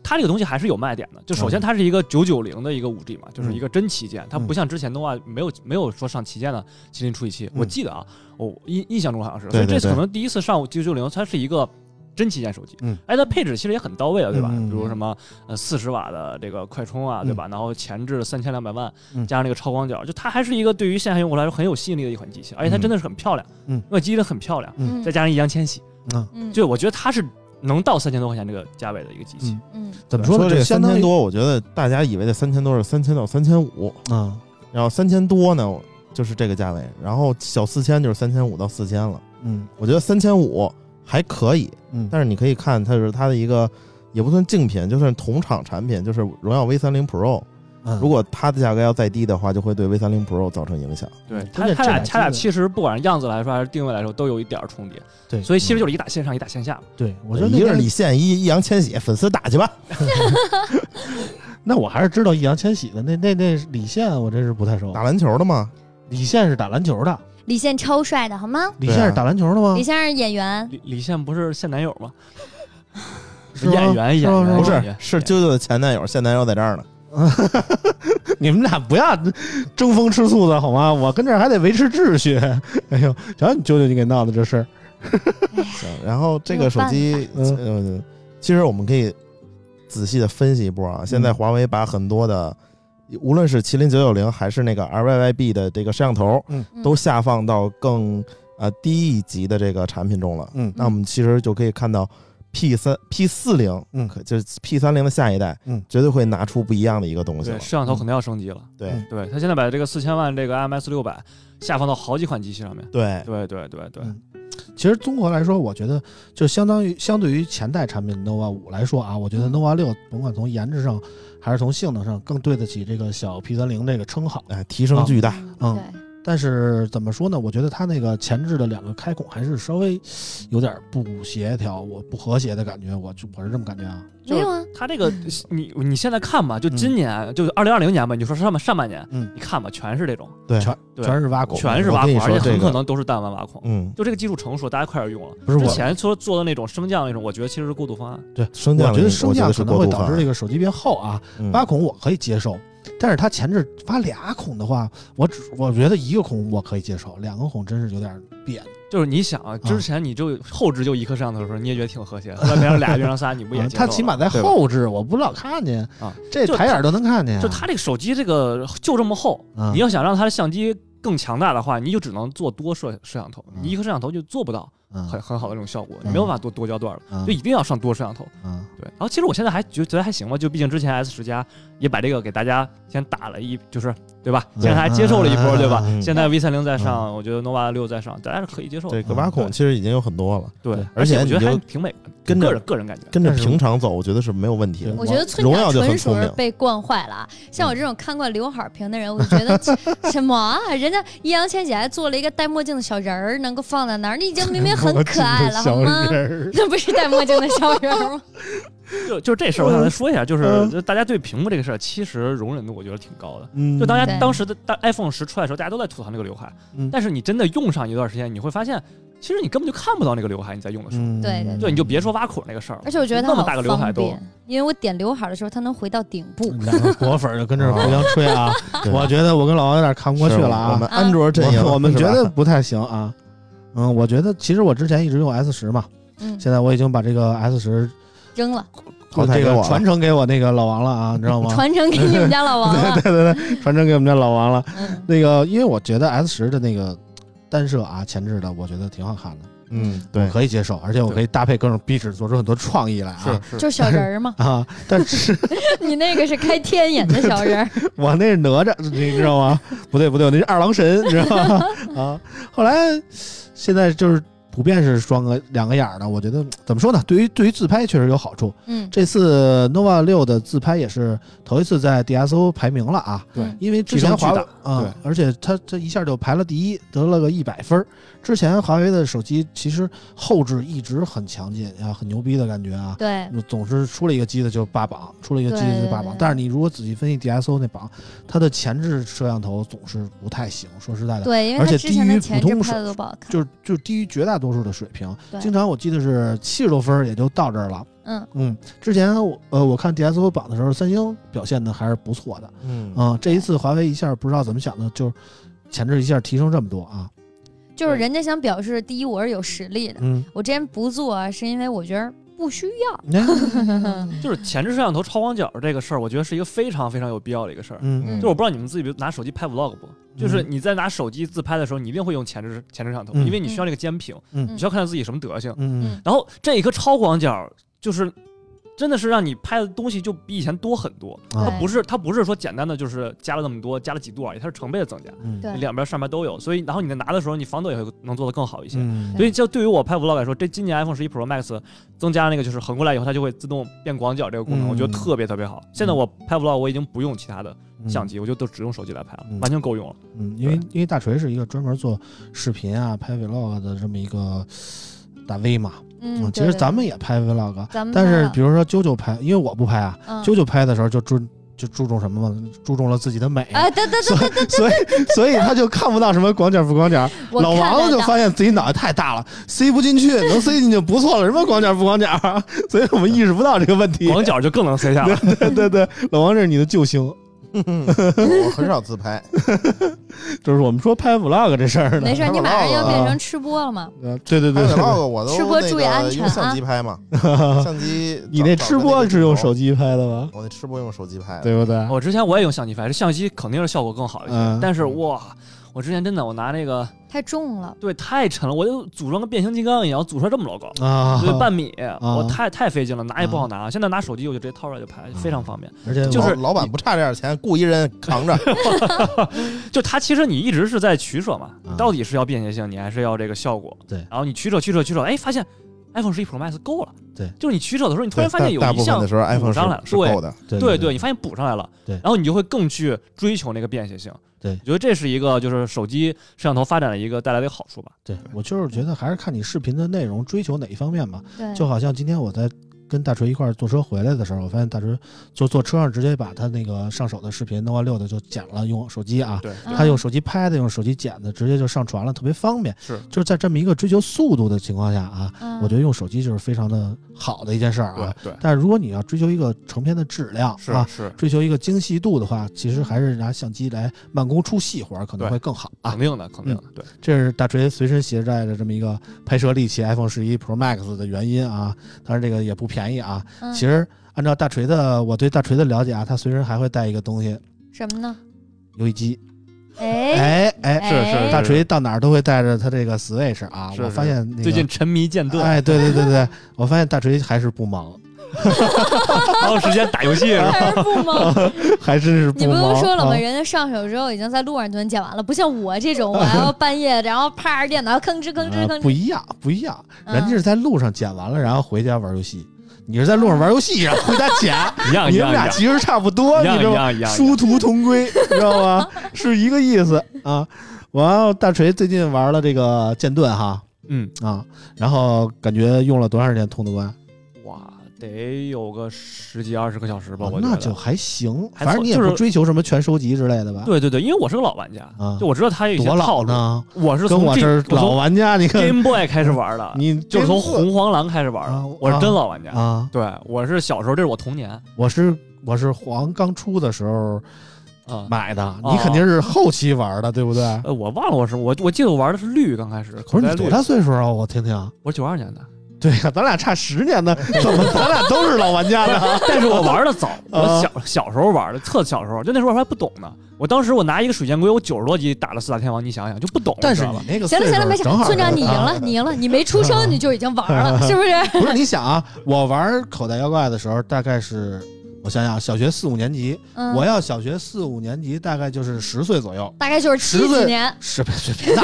S5: 它这个东西还是有卖点的。就首先
S3: 嗯
S5: 它是一个九九零的一个五 G 嘛，就是一个真旗舰，它
S3: 嗯
S5: 不像之前的话没有没有说上旗舰的麒麟处理器，
S3: 嗯
S5: 我记得啊，我印印象中好像是，
S4: 对
S5: 所以
S4: 对
S5: 这次
S4: 对
S5: 可能第一次上九九零，它是一个。真旗舰手机，
S3: 嗯
S5: 哎，它配置其实也很到位了，对吧？
S3: 嗯嗯嗯
S5: 比如什么呃四十瓦的这个快充啊，对吧？然后前置三千两百万，
S3: 嗯
S5: 加上这个超广角，就它还是一个对于线下用户来说很有吸引力的一款机器，而且它
S3: 嗯
S5: 真的是很漂亮，
S3: 嗯，
S5: 那机真的很漂亮，
S3: 嗯
S5: 再加上易烊千玺，
S3: 嗯
S2: 嗯，
S5: 就我觉得它是能到三千多块钱这个价位的一个机器，
S3: 嗯，
S2: 嗯
S3: 怎么说呢？
S4: 这
S3: 就相
S4: 三
S3: 当
S4: 千
S3: 于
S4: 多，我觉得大家以为的三千多是三千到三千五，
S3: 啊，
S4: 然后三千多呢就是这个价位，然后小四千就是三千五到四千了。
S3: 嗯
S4: 我觉得三千五还可以，
S3: 嗯，
S4: 但是你可以看它是它的一个也不算竞品，就算同厂产品，就是荣耀 V 三零 Pro。
S3: 嗯
S4: 如果它的价格要再低的话，就会对 V 三零 Pro 造成影响。
S5: 对，
S3: 关
S5: 它
S3: 键
S5: 它
S3: 这
S5: 俩
S3: 俩
S5: 它俩
S3: 机子
S5: 其实不管是样子来说还是定位来说都有一点儿重叠，
S3: 对，
S5: 所以其实
S4: 嗯
S5: 就是一打线上一打线下嘛，
S3: 对我觉得
S4: 一
S3: 那
S4: 个是
S3: 天
S4: 李现，一易烊千玺，粉丝打去吧。
S3: 那我还是知道易烊千玺的。那那那李现，我真是不太熟
S4: 打。篮球的嘛，
S3: 李现是打篮球的，
S2: 李现超帅的好吗？
S3: 李
S4: 对
S3: 现
S4: 啊
S3: 是打篮球的吗
S2: 李？先生 演员，
S5: 李李现不是现男友吗？
S3: 是吗
S5: 演员
S3: 是
S5: 演
S3: 吗
S5: 员
S4: 不
S5: 演
S4: 是
S5: 员，
S4: 是啾啾的前男友，现男友在这儿呢。
S3: 你们俩不要争风吃醋的好吗？我跟这儿还得维持秩序。 哎呦，瞧你舅舅你给闹的这事儿，
S4: 行，
S3: 嗯
S4: 然后这个手机，
S3: 没有办法
S4: 嗯，其实我们可以仔细的分析一波
S3: 嗯
S4: 啊。现在华为把很多的，无论是麒麟九九零还是那个 RYYB 的这个摄像头，
S2: 嗯
S4: 都下放到更呃低一级的这个产品中了。
S3: 嗯
S4: 那我们其实就可以看到 P 三 P 四零，
S3: 嗯
S4: 可就是 P 三零的下一代，
S3: 嗯，
S4: 绝对会拿出不一样的一个东西
S5: 对，
S4: 了。
S5: 摄像头可能要升级了，
S4: 对
S3: 嗯
S5: 对，它现在把这个四千万这个 IMX 六百下放到好几款机器上面，
S4: 对，
S5: 对对对对，
S3: 嗯其实综合来说，我觉得就相当于相对于前代产品 nova 五来说啊，我觉得 nova 六甭管从颜值上还是从性能上，更对得起这个小 P 三零这个称号。
S4: 哎，提升巨大。
S3: 嗯
S2: 对，
S3: 但是怎么说呢？我觉得它那个前置的两个开孔还是稍微有点不协调，我不和谐的感觉，我就我是这么感觉啊。
S5: 就
S2: 没有啊，
S5: 它这个你你现在看吧，就
S4: 嗯
S5: 今年就是二零二零年吧，你就说上半上半年，
S3: 嗯，
S5: 你看吧，全是这种，
S4: 对，
S3: 全
S5: 对
S3: 全是挖孔，
S5: 全是挖
S4: 我跟
S5: 孔
S4: 你，
S5: 而
S4: 说
S5: 且很
S4: 这个
S5: 可能都是弹丸挖孔。
S4: 嗯，
S5: 就这个技术成熟，大家快点用了。
S3: 不是
S5: 之
S3: 我
S5: 前说做的那种升降那种，我觉得其实是过渡方案。
S4: 升降
S3: 我
S4: 的，
S3: 觉得升降
S4: 是
S3: 可能
S4: 过
S3: 会
S4: 度
S3: 导
S4: 泛
S3: 致这个手机变厚啊。
S4: 嗯
S3: 八孔我可以接受，但是它前置发俩孔的话，我只我觉得一个孔我可以接受，两个孔真是有点别扭。
S5: 就是你想啊，
S3: 嗯
S5: 之前你就后置就一颗摄像头的时候，你也觉得挺和谐，后来变成俩变成仨，你不也
S3: 啊
S5: 接受
S3: 它
S5: 了？
S3: 起码在
S4: 对吧
S3: 后置，我不老看见
S5: 啊，
S3: 这
S5: 就
S3: 抬眼都能看见啊。
S5: 就它这个手机这个就这么厚，
S3: 啊
S5: 你要想让它的相机更强大的话，你就只能做多摄摄像头，
S3: 嗯
S5: 你一颗摄像头就做不到很
S3: 啊
S5: 很好的这种效果，你
S3: 嗯
S5: 没有办法做多焦段了，
S3: 啊
S5: 就一定要上多摄像头。
S3: 啊
S5: 对，然后其实我现在还觉觉得还行吧，就毕竟之前 S 十加也把这个给大家先打了一，就是对吧？
S3: 嗯
S5: 现在还接受了一波，对吧？
S4: 嗯
S5: 现在 V 三零在上，我觉得 nova 六在上，大家是可以接受的
S4: 这。个
S3: 嗯
S4: 挖孔其实已经有很多了，
S5: 对
S3: 对，
S5: 而
S4: 而
S5: 我
S4: 且
S5: 觉
S4: 你
S5: 得还
S4: 就
S5: 挺美的，
S4: 跟着
S5: 个人个人感觉。
S4: 跟着
S3: 但是
S4: 平常走，我觉得是没有问题的
S3: 对。
S2: 我觉得村
S4: 荣
S2: 长
S4: 耀就很嗯
S2: 纯属
S4: 聪
S2: 是
S4: 明
S2: 被惯坏了啊！像我这种看惯刘海屏的人，我就觉得 什么啊？人家易烊千玺还做了一个戴墨镜的小人儿，能够放在那儿，你已经明明很可爱了，好吗？ 那不是戴墨镜的小人儿 吗？
S5: 就就这事儿，我想再说一下，就是
S3: 嗯
S5: 就大家对屏幕这个事儿，其实容忍度我觉得挺高的。
S3: 嗯
S5: 就大
S2: 对
S5: 家当时的当 iPhone 十出来的时候，大家都在吐槽那个刘海
S3: 嗯，
S5: 但是你真的用上一段时间，你会发现，其实你根本就看不到那个刘海，你在用的时候。
S3: 嗯
S2: 对对
S5: 对，你就别说挖孔那个事儿了，
S2: 而且我觉得他
S5: 那么
S2: 好
S5: 大个刘海
S2: 方
S5: 都
S2: 便，因为我点刘海的时候，它能回到顶 部。
S3: 两个果粉儿就跟这儿互相吹啊，
S4: 对
S3: 我觉得我跟老王有点看不过去了
S4: 是我
S3: 啊
S4: 们。安卓阵营，
S3: 我我们
S4: 是
S3: 觉
S4: 吧
S3: 得不太行啊。嗯，我觉得其实我之前一直用 S 十嘛，
S2: 嗯，
S3: 现在我已经把这个 S 十
S2: 扔了，
S4: 淘汰
S3: 这
S4: 给我
S3: 个
S4: 了
S3: 传承给我那个老王了啊，你知道吗？。
S2: 传承给你们家老 王了
S3: 对对对，传承给我们家老王了。
S2: 嗯，
S3: 那个，因为我觉得 S 十的那个单摄啊前置的，我觉得挺好看的，
S4: 嗯，
S3: 我
S4: 对，
S3: 可以接受，而且我可以搭配各种壁纸，做出很多创意来啊，
S6: 嗯
S4: 是
S2: 就是小人儿嘛
S3: 啊！但是
S2: 你那个是开天眼的小人儿，
S3: 我那是哪吒，你知道吗？不对不对，我那是二郎神，你知道吗？啊，后来现在就是普遍是双个两个眼儿的，我觉得怎么说呢？对于对于自拍确实有好处。
S2: 嗯，
S3: 这次 nova 六的自拍也是头一次在 DSO 排名了啊，
S4: 对
S2: 嗯
S3: 因为之前华为
S4: 提升
S3: 啊、
S4: 对
S3: 而且它这一下就排了第一，得了个一百分儿。之前华为的手机其实后置一直很强劲啊，很牛逼的感觉啊，
S2: 对，
S3: 总是出了一个机子就霸榜，出了一个机子就霸
S2: 对
S3: 榜
S2: 对对。
S3: 但是你如果仔细分析 DSO 那榜，它的前置摄像头总是不太行，说实在的，
S2: 对，因
S3: 嗯
S2: 为
S3: 而
S2: 他
S3: 且
S2: 之前的
S3: 低于
S2: 前
S3: 普
S2: 置
S3: 通
S2: 拍
S3: 手
S2: 的都不好看，
S3: 就是就低于绝大多数的水平。
S2: 对
S3: 经常我记得是七十多分儿也就到这儿了。
S2: 嗯，
S3: 嗯，之前我呃我看 DSO 榜的时候，三星表现的还是不错的。
S4: 嗯
S3: 嗯，这一次华为一下不知道怎么想的，就是前置一下提升这么多啊。
S2: 就是
S5: 对
S2: 人家想表示，第一我是有实力的，
S3: 嗯，
S2: 我之前不做啊，是因为我觉得不需要，
S3: 嗯
S5: 就是前置摄像头超广角这个事儿，我觉得是一个非常非常有必要的一个事儿。
S3: 嗯
S2: 嗯
S5: 就我不知道你们自己比如拿手机拍 vlog 不？就是你在拿手机自拍的时候，你一定会用前置前置摄像头，
S3: 嗯
S5: 因为你需要这个监屏，
S3: 嗯
S5: 你需要看到自己什么德行。
S3: 嗯
S5: 然后这一个超广角，就是真的是让你拍的东西就比以前多很多。
S3: 嗯
S5: 它不是它不是说简单的就是加了那么多，加了几度而已，它是成倍的增加，
S3: 嗯
S2: 对
S5: 两边上面都有。所以然后你在拿的时候，你防抖也会能做得更好一些。
S3: 嗯
S5: 所以，就对于我拍 vlog 来说，这今年 iPhone 十一 Pro Max 增加那个就是横过来以后，它就会自动变广角这个功能，
S3: 嗯
S5: 我觉得特别特别好。现在我拍 vlog 我已经不用其他的相，机，我就都只用手机来拍了，
S3: 嗯
S5: 完全够用了。
S3: 嗯，因为因为大锤是一个专门做视频啊、拍 vlog 的这么一个大 V 嘛。
S2: 嗯，
S3: 啊其实咱们也拍 vlog，
S2: 咱们
S3: 但
S2: 拍
S3: 是
S2: 了
S3: 比如说啾啾拍，因为我不拍啊，
S2: 啊嗯
S3: 啾啾拍的时候就注就注重什么嘛，注重了自己的美。
S2: 啊，对对对
S3: 所以，所以，所以他就看不到什么广角不广角。
S2: 我
S3: 老
S2: 看
S3: 王
S2: 得
S3: 就
S2: 到
S3: 发现自己脑袋太大了，塞不进去，能塞进去就不错了，什么广角不广角，所以我们意识不到这个问题。
S5: 广角就更能塞下 了。
S3: 对对对，老王这是你的救星，
S4: 我很少自拍，
S3: 就是我们说拍 vlog 这事儿呢
S2: 没。事儿，你马上要
S4: 拍 vlog
S2: 变
S3: 啊
S2: 成吃播了嘛？
S3: 呃，对对
S4: 拍
S3: 对，
S4: vlog 我都
S2: 吃播
S4: 那
S2: 注意安
S4: 个
S2: 全
S4: 用相
S2: 啊
S4: 机 拍嘛，相机
S3: 你那吃播是用手
S4: 机，
S3: 机拍的吗？
S4: 我那吃播用手机拍的，
S3: 对不对？
S5: 我之前我也用相机拍，这相机肯定是效果更好一些。
S3: 嗯
S5: 但是哇，我之前真的我拿那个
S2: 太重了，
S5: 对太沉了，我就组装个变形金刚一样，我组出来这么老高。
S3: 啊，
S5: 对，半米，我
S3: 啊
S5: 太太费劲了，拿也不好拿。现在拿手机我就直接掏出来就拍，非
S3: 啊
S5: 常方便。
S3: 而且
S5: 就是
S4: 老老板不差这点钱，雇一人扛着，
S5: 就它其实你一直是在取舍嘛，
S3: 嗯
S5: 你到底是要便携性，你还是要这个效果？
S3: 对
S5: 然后你取舍取舍取舍，哎，发现 iPhone 十一 Pro Max 够了。
S3: 对，
S5: 就是你取舍的时候，你突然发现有
S4: 大大部
S5: 一
S4: 分
S5: 项
S4: 的时候 iPhone
S5: 上来了
S4: 是是
S5: 对
S4: 够的，
S3: 对
S5: 对
S3: 对
S5: 你，发现补上来了，
S3: 对
S5: 然后你就会更去追求那个便携性。
S3: 对
S5: 我觉得这是一个就是手机摄像头发展的一个带来的好处吧。
S3: 对我就是觉得还是看你视频的内容追求哪一方面吧。
S2: 对，
S3: 就好像今天我在跟大锤一块儿坐车回来的时候，我发现大锤就坐车上直接把他那个上手的视频 nova 六的就剪了，用手机啊，
S5: 对，
S2: 嗯
S3: 他用手机拍的，用手机剪的，直接就上传了，特别方便。
S5: 是
S3: 就是在这么一个追求速度的情况下啊，
S2: 嗯
S3: 我觉得用手机就是非常的好的一件事儿啊。
S5: 对，
S3: 但是如果你要追求一个成片的质量啊，
S5: 是，
S3: 追求一个精细度的话，其实还是拿相机来慢工出细活儿可能
S5: 对
S3: 会更好啊
S5: 肯。定的，肯定的，对。
S3: 这是大锤随身携带的这么一个拍摄利器 iPhone 十一 Pro Max 的原因啊。当然这个也不便宜啊。
S2: 嗯
S3: 其实按照大锤的我对大锤的了解啊，他随身还会带一个东西，
S2: 什 么呢？
S3: 游戏机。
S2: 哎
S3: 哎哎，
S2: 哎
S5: 是 是
S3: 大锤到哪儿都会带着他这个 Switch 啊。
S5: 是
S3: 我
S5: 是
S3: 发现那个
S5: 最近沉迷剑盾，
S3: 哎，对对对对，我发现大锤还是不忙，
S5: 还有时间打游戏是吧？
S2: 还 是不吗？
S3: 还真是
S2: 你不
S3: 忙。
S2: 用说了吗？
S3: 啊
S2: 人家上手之后已经在路上就能剪完了，不像我这种，我还要半夜，然后啪着电脑吭哧吭哧
S3: 啊
S2: 吭
S3: 不
S2: 哧。
S3: 一样，不一样，
S5: 啊
S2: 嗯
S3: 人家是在路上剪完了，然后回家玩游戏。你是在路上玩游戏，然后回家 剪，
S5: 一 样一
S3: 你
S5: 样
S3: 们俩
S5: 啊一样
S3: 其实差不多，
S5: 一
S3: 你
S5: 样
S3: 知
S5: 一
S3: 道吗？
S5: 样一样。
S3: 殊途同归，你知道 吗？是一个意思啊。完了，大锤最近玩了这个剑盾哈
S5: 嗯，
S3: 啊，然后感觉用了多长时间通的关？
S5: 哇，得有个十几二十个小时吧，
S3: 啊
S5: 我觉
S3: 那
S5: 得。
S3: 就还行，
S5: 还
S3: 反正
S5: 凑
S3: 你也
S5: 就是
S3: 不追求什么全收集之类的吧？
S5: 对对对，因为我是个老玩家，
S3: 啊
S5: 就我知道他有一些
S3: 多
S5: 套
S3: 老
S5: 路。
S3: 呢，
S5: 我是
S3: 跟
S5: 从
S3: 我这儿老
S5: 玩
S3: 玩家，你看
S5: Game Boy 开始玩的，
S3: 你
S5: 就是从
S3: 真
S5: 红黄蓝开始玩
S3: 啊
S5: 的，我是真老玩家。
S3: 啊，
S5: 对，我是小时候，这是我童年。
S3: 我是我是黄刚出的时候，
S5: 啊。
S3: 买的，你肯定是后期玩的，对不对？
S5: 呃，我忘了我是我，我记得我玩的是绿，刚开始
S3: 不
S5: 口
S3: 是
S5: 袋
S3: 你
S5: 绿
S3: 多，大岁数啊？我听听。
S5: 我是九二年的，
S3: 对呀、咱俩差十年 呢，怎么咱俩都是老玩家呢？
S5: 但是我玩的
S3: 啊
S5: 早，我小小时候玩的，特小时候，就那时候还不懂呢。我当时我拿一个水箭龟，我九十多级打了四大天王，你想想就不懂，
S3: 但是
S5: 你知道
S3: 你
S5: 吧
S3: 那个
S2: 行了
S3: 岁数
S2: 行了，没事
S3: 正好，
S2: 村长你赢
S3: 啊
S2: 了，你赢了，你没出生你就已经玩了，是不是？
S3: 不是你想啊，我玩口袋妖怪的时候，大概是我想想，小学四五年级，
S2: 嗯
S3: 我要小学四五年级，大概就是十岁左右，
S2: 大概就是七
S3: 十岁
S2: 几年
S3: 是别别 别大，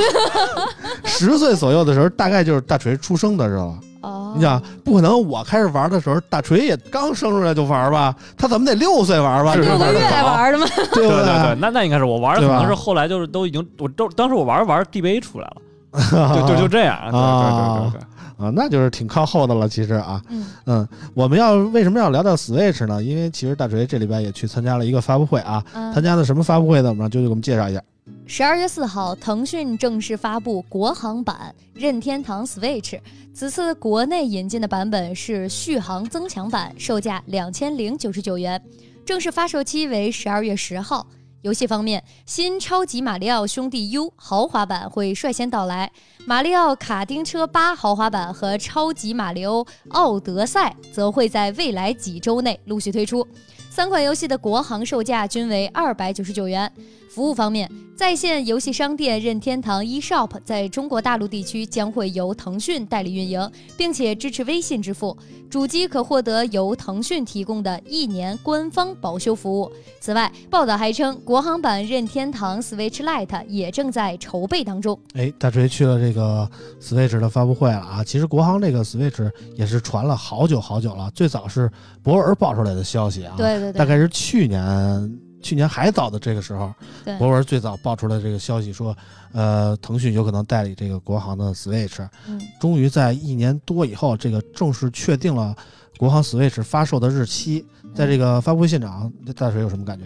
S3: 十岁左右的时候，大概就是大锤出生的时候。
S2: 哦。
S3: 你想，不可能我开始玩的时候，大锤也刚生出来就玩吧？他怎么得六岁玩吧？
S5: 是
S2: 六
S3: 这
S2: 个
S3: 玩
S2: 月
S3: 得早
S2: 玩的吗？
S3: 对啊
S5: 对
S3: 不
S5: 对对，那那应该是我玩的，
S3: 对
S5: 可
S3: 吧
S5: 能是后来就是都已经，我都当时我玩着玩着 DBA 出来了，就就就这 样，对对对对对，
S3: 啊，那就是挺靠后的了。其实啊，
S2: 嗯
S3: 嗯，我们要为什么要聊到 Switch 呢？因为其实大锤这礼拜也去参加了一个发布会啊，参
S2: 嗯，
S3: 加的什么发布会呢？我们让啾啾给我们介绍一下。
S2: 十二月四号，腾讯正式发布国行版任天堂 Switch。此次国内引进的版本是续航增强版，售价两千零九十九元，正式发售期为十二月十号。游戏方面，新《超级马里奥兄弟 U》豪华版会率先到来，《马里奥卡丁车八》豪华版和《超级马里奥奥德赛》则会在未来几周内陆续推出。三款游戏的国行售价均为二百九十九元。服务方面，在线游戏商店任天堂 eShop 在中国大陆地区将会由腾讯代理运营，并且支持微信支付。主机可获得由腾讯提供的一年官方保修服务。此外，报道还称，国行版任天堂 Switch Lite 也正在筹备当中。
S3: 哎，大锤去了这个 Switch 的发布会了啊！其实国行这个 Switch 也是传了好久好久了，最早是博尔爆出来的消息啊，
S2: 对对对，
S3: 大概是去年。去年还早的这个时候
S2: 对，
S3: 博文最早爆出来这个消息说，呃，腾讯有可能代理这个国行的 Switch，
S2: 嗯
S3: 终于在一年多以后，这个正式确定了国行 Switch 发售的日期。在这个发布会现场，大锤有什么感觉？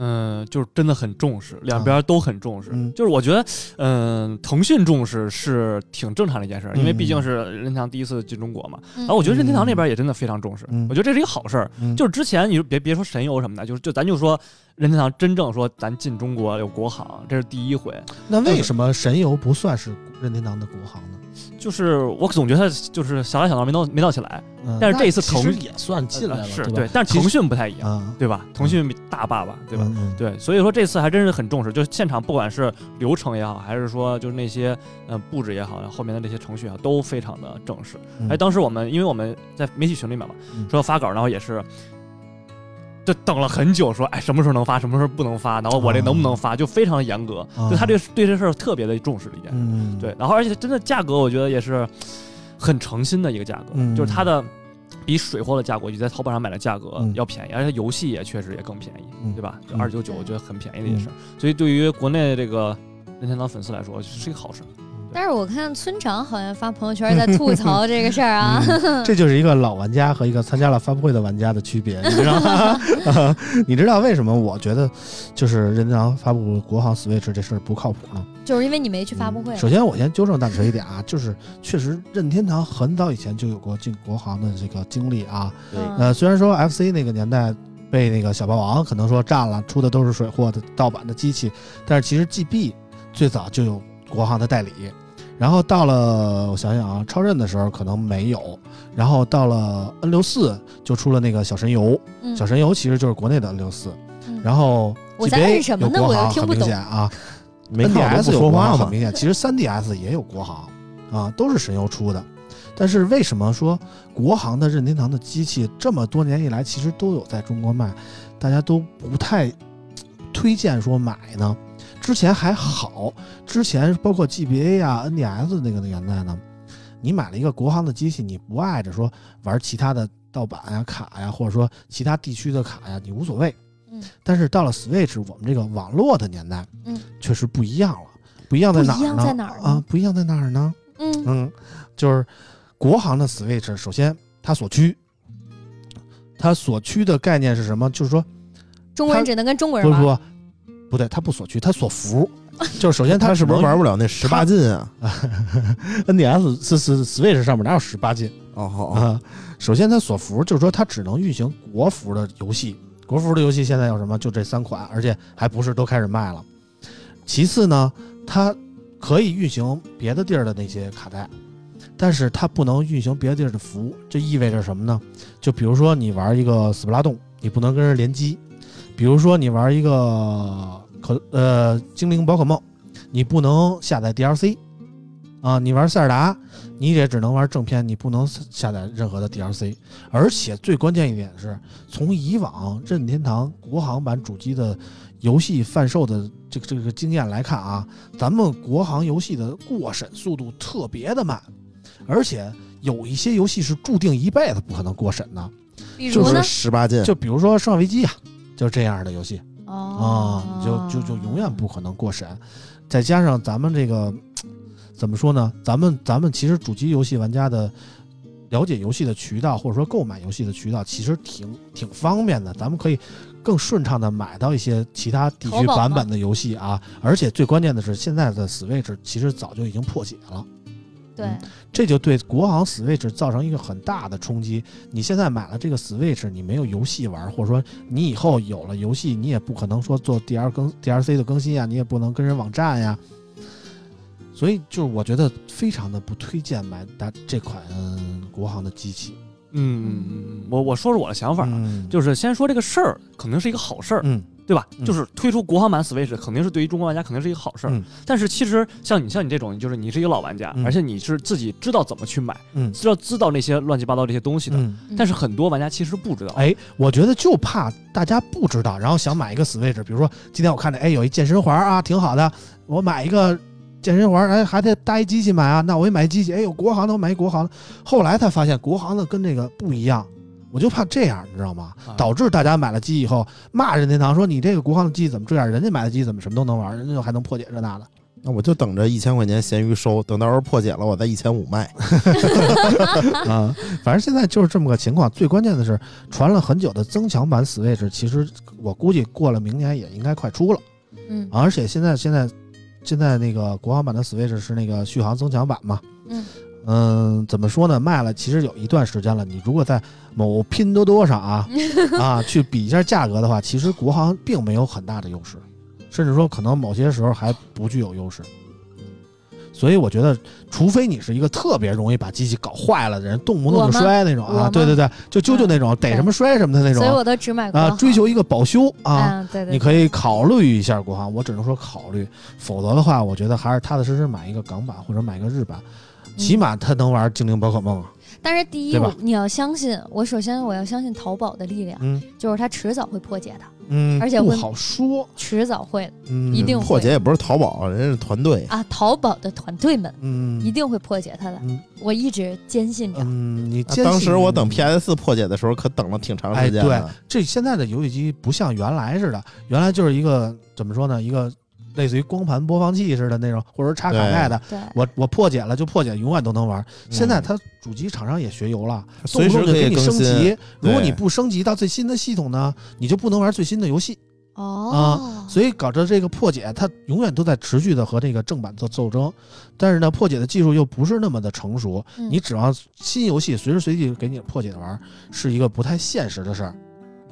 S5: 嗯，就是真的很重视，两边都很重视。
S3: 啊嗯
S5: 就是我觉得，嗯、腾讯重视是挺正常的一件事，因为毕竟
S3: 嗯
S5: 是任天堂第一次进中国嘛。
S2: 嗯
S3: 啊
S5: 然后我觉得任天堂那边也真的非常重视，
S3: 嗯
S5: 我觉得这是一个好事儿。
S3: 嗯，
S5: 就是之前你就别别说神游什么的，就是就咱就说任天堂真正说咱进中国有国行，这是第一回。
S3: 那为什么神游不算是任天堂的国行呢？
S5: 就是我总觉得就是小打小闹没闹没闹起来，
S3: 嗯
S5: 但是这一次
S3: 那其
S5: 腾
S3: 实也算进来
S5: 呃
S3: 了，
S5: 是
S3: 对吧？
S5: 但是腾讯不太一样，
S3: 啊，
S5: 对吧？腾讯大爸爸，对吧？
S3: 嗯？嗯
S5: 对，所以说这次还真是很重视，就是现场不管是流程也好，还是说就是那些嗯、呃布置也好，然后后面的那些程序啊，都非常的正式。
S3: 嗯
S5: 哎，当时我们因为我们在媒体群里面嘛，
S3: 嗯
S5: 说要发稿，然后也是。就等了很久，说哎什么时候能发，什么时候不能发，然后我这能不能发，就非常的严格，
S3: 啊
S5: 就他对对这事儿特别的重视的一件事。
S3: 嗯，
S5: 对，然后而且真的价格，我觉得也是很诚心的一个价格，
S3: 嗯
S5: 就是它的比水货的价格，我觉得在淘宝上买的价格
S3: 嗯
S5: 要便宜，而且游戏也确实也更便宜，
S3: 嗯
S5: 对吧？就
S3: 嗯
S5: 二九九，我觉得很便宜的也是。所以对于国内这个任天堂粉丝来说，是一个好事。
S2: 但是我看村长好像发朋友圈在吐槽这个事儿啊，
S3: 嗯这就是一个老玩家和一个参加了发布会的玩家的区别，你知道 吗？呃你知道为什么我觉得就是任天堂发布国行 Switch 这事儿不靠谱吗？
S2: 就是因为你没去发布会。
S3: 嗯首先，我先纠正大锤一点 啊，就是确实任天堂很早以前就有过进国行的这个经历啊。
S2: 嗯
S3: 呃，虽然说 FC 那个年代被那个小霸王可能说占了，出的都是水货的盗版的机器，但是其实 GB 最早就有国行的代理。然后到了我想想啊，超任的时候可能没有，然后到了 N 六四就出了那个小神游，
S2: 嗯
S3: 小神游其实就是国内的 N 六四
S2: 嗯，
S3: 然后
S2: 我在摁
S3: GBA
S2: 什么
S3: 有
S2: 呢
S3: 国
S2: 我又
S3: 行
S2: 听
S3: 很
S2: 不
S3: 明
S2: 懂
S3: 显啊，
S4: 没看我
S3: NDS
S4: 不
S3: 有国
S4: 说话
S3: 行很
S4: 吗？
S3: 明显，其实 3DS 也有国行啊，都是神游出的。但是为什么说国行的任天堂的机器这么多年以来其实都有在中国卖，大家都不太推荐说买呢？之前还好，之前包括 GBA 啊、NDS 那个年代呢，你买了一个国行的机器，你不碍着说玩其他的盗版呀、卡呀、或者说其他地区的卡呀、你无所谓。
S2: 嗯
S3: 但是到了 Switch 我们这个网络的年代，
S2: 嗯，
S3: 确实不一样了。不一样在哪儿呢？
S2: 不一样在哪儿呢
S3: 啊？不一样在哪儿呢？
S2: 嗯
S3: 嗯，就是国行的 Switch，首先它所趋，它所趋的概念是什么？就是说，
S2: 中国人只能跟中国人
S3: 不
S2: 玩。
S3: 不不对，它不所趋，它所 服。就是首先它
S4: 他是不是
S3: 只能
S4: 玩不了那十八禁啊？
S3: NDS 是是 Switch 上面哪有十八禁啊
S4: 哦，好，
S3: 啊？首先它所服就是说它只能运行国服的游戏，国服的游戏现在有什么？就这三款，而且还不是都开始卖了。其次呢，它可以运行别的地儿的那些卡带，但是它不能运行别的地儿的服务。这意味着什么呢？就比如说你玩一个斯普拉洞，你不能跟人联机；比如说你玩一个可呃精灵宝可梦，你不能下载 DLC。啊，你玩塞尔达，你也只能玩正片，你不能下载任何的 DLC。而且最关键一点是，从以往任天堂国行版主机的游戏贩售的这个这个经验来看啊，咱们国行游戏的过审速度特别的慢，而且有一些游戏是注定一辈子不可能过审的，
S2: 比
S3: 就
S2: 如
S4: 就
S2: 呢
S4: 是？十八禁，
S3: 就比如说《生化危机》啊，就是这样的游戏啊
S2: 哦，，
S3: 你就就就永远不可能过审。再加上咱们这个怎么说呢？咱们咱们其实主机游戏玩家的了解游戏的渠道，或者说购买游戏的渠道，其实挺挺方便的。咱们可以更顺畅的买到一些其他地
S2: 淘
S3: 区
S2: 宝吗
S3: 版本的游戏啊。而且最关键的是，现在的 Switch 其实早就已经破解了。
S2: 对
S3: 这就对国行 Switch 造成一个很大的冲击。你现在买了这个 Switch，你没有游戏玩，或者说你以后有了游戏，你也不可能说做 DL 更 DLC 的更新啊呀，你也不能跟人网站呀。所以就是我觉得非常的不推荐买它这款、嗯国行的机器。
S5: 嗯嗯嗯嗯，我我说说我的想法啊，
S3: 嗯
S5: 就是先说这个事儿，肯定是一个好事儿，
S3: 嗯
S5: 对吧？
S3: 嗯
S5: 就是推出国行版 Switch，肯定是对于中国玩家肯定是一个好事儿。
S3: 嗯
S5: 但是其实像你像你这种，就是你是一个老玩家，
S3: 嗯
S5: 而且你是自己知道怎么去买，
S3: 嗯
S5: 知道知道那些乱七八糟这些东西的。
S3: 嗯，
S5: 但是很多玩家其实不知道，
S3: 哎，我觉得就怕大家不知道，然后想买一个 Switch，比如说今天我看着哎有一健身环啊，挺好的，我买一个健身环，哎还得搭一机器买啊，那我也买机器，哎有国行的我买一国行的，后来才发现国行的跟这个不一样。我就怕这样，你知道吗？
S5: 啊
S3: 导致大家买了机以后骂任天堂，说你这个国行的机怎么这样？人家买的机怎么什么都能玩，人家还能破解这那的。
S4: 那我就等着一千块钱闲鱼收，等到时候破解了，我再一千五卖。
S3: 啊，反正现在就是这么个情况。最关键的是，传了很久的增强版 Switch，其实我估计过了明年也应该快出了。
S2: 嗯
S3: 而且现在现在现在那个国行版的 Switch 是那个续航增强版嘛，
S2: 嗯
S3: 嗯怎么说呢？卖了其实有一段时间了。你如果在某拼多多上 啊啊去比一下价格的话，其实国行并没有很大的优势，甚至说可能某些时候还不具有优势。所以我觉得，除非你是一个特别容易把机器搞坏了的人，动不动
S2: 我
S3: 就
S2: 吗
S3: 摔那种
S2: 我
S3: 啊
S2: 吗，嗯
S3: 对对对，就啾啾那种，逮什么摔什么的那
S2: 所以
S3: 种
S2: 我都只买国
S3: 啊，
S2: 行
S3: 追求一个保修啊，
S2: 嗯对对，
S3: 你可以考虑一下国行，我只能说考虑，否则的话，我觉得还是踏踏实实买一个港版或者买一个日版，起码它能玩精灵宝可梦啊。
S2: 嗯但是第一，
S3: 对吧
S2: 我你要相信我，首先我要相信淘宝的力量，
S3: 嗯
S2: 就是它迟早会破解的，
S3: 嗯，
S2: 而且
S3: 不
S2: 会
S3: 好说，
S2: 迟早会的
S3: 嗯，
S2: 一定会
S4: 破解也不是淘宝，人家是团队。
S2: 啊！淘宝的团队们
S3: 嗯，
S2: 一定会破解它的，
S3: 嗯
S2: 我一直坚信着。
S3: 嗯，你
S4: 啊
S3: 坚信
S4: 当时我等 PS 破解的时候，可等了挺长时间
S3: 哎
S4: 的。
S3: 这现在的游戏机不像原来似的，原来就是一个怎么说呢，一个类似于光盘播放器似的那种，或者插卡
S4: 对
S3: 带的。
S2: 对，
S3: 我我破解了就破解，永远都能玩。现在
S4: 嗯
S3: 它主机厂商也学游了，动
S4: 随
S3: 不
S4: 时
S3: 动就
S4: 可
S3: 给
S4: 以
S3: 你
S4: 更
S3: 升
S4: 新。
S3: 级。如果你
S4: 对
S3: 不升级到最新的系统呢，你就不能玩最新的游戏。
S2: 哦，
S3: 啊所以搞着这个破解，它永远都在持续的和这个正版做斗争。但是呢，破解的技术又不是那么的成熟，
S2: 嗯
S3: 你指望新游戏随时随地给你破解的玩儿，是一个不太现实的事儿。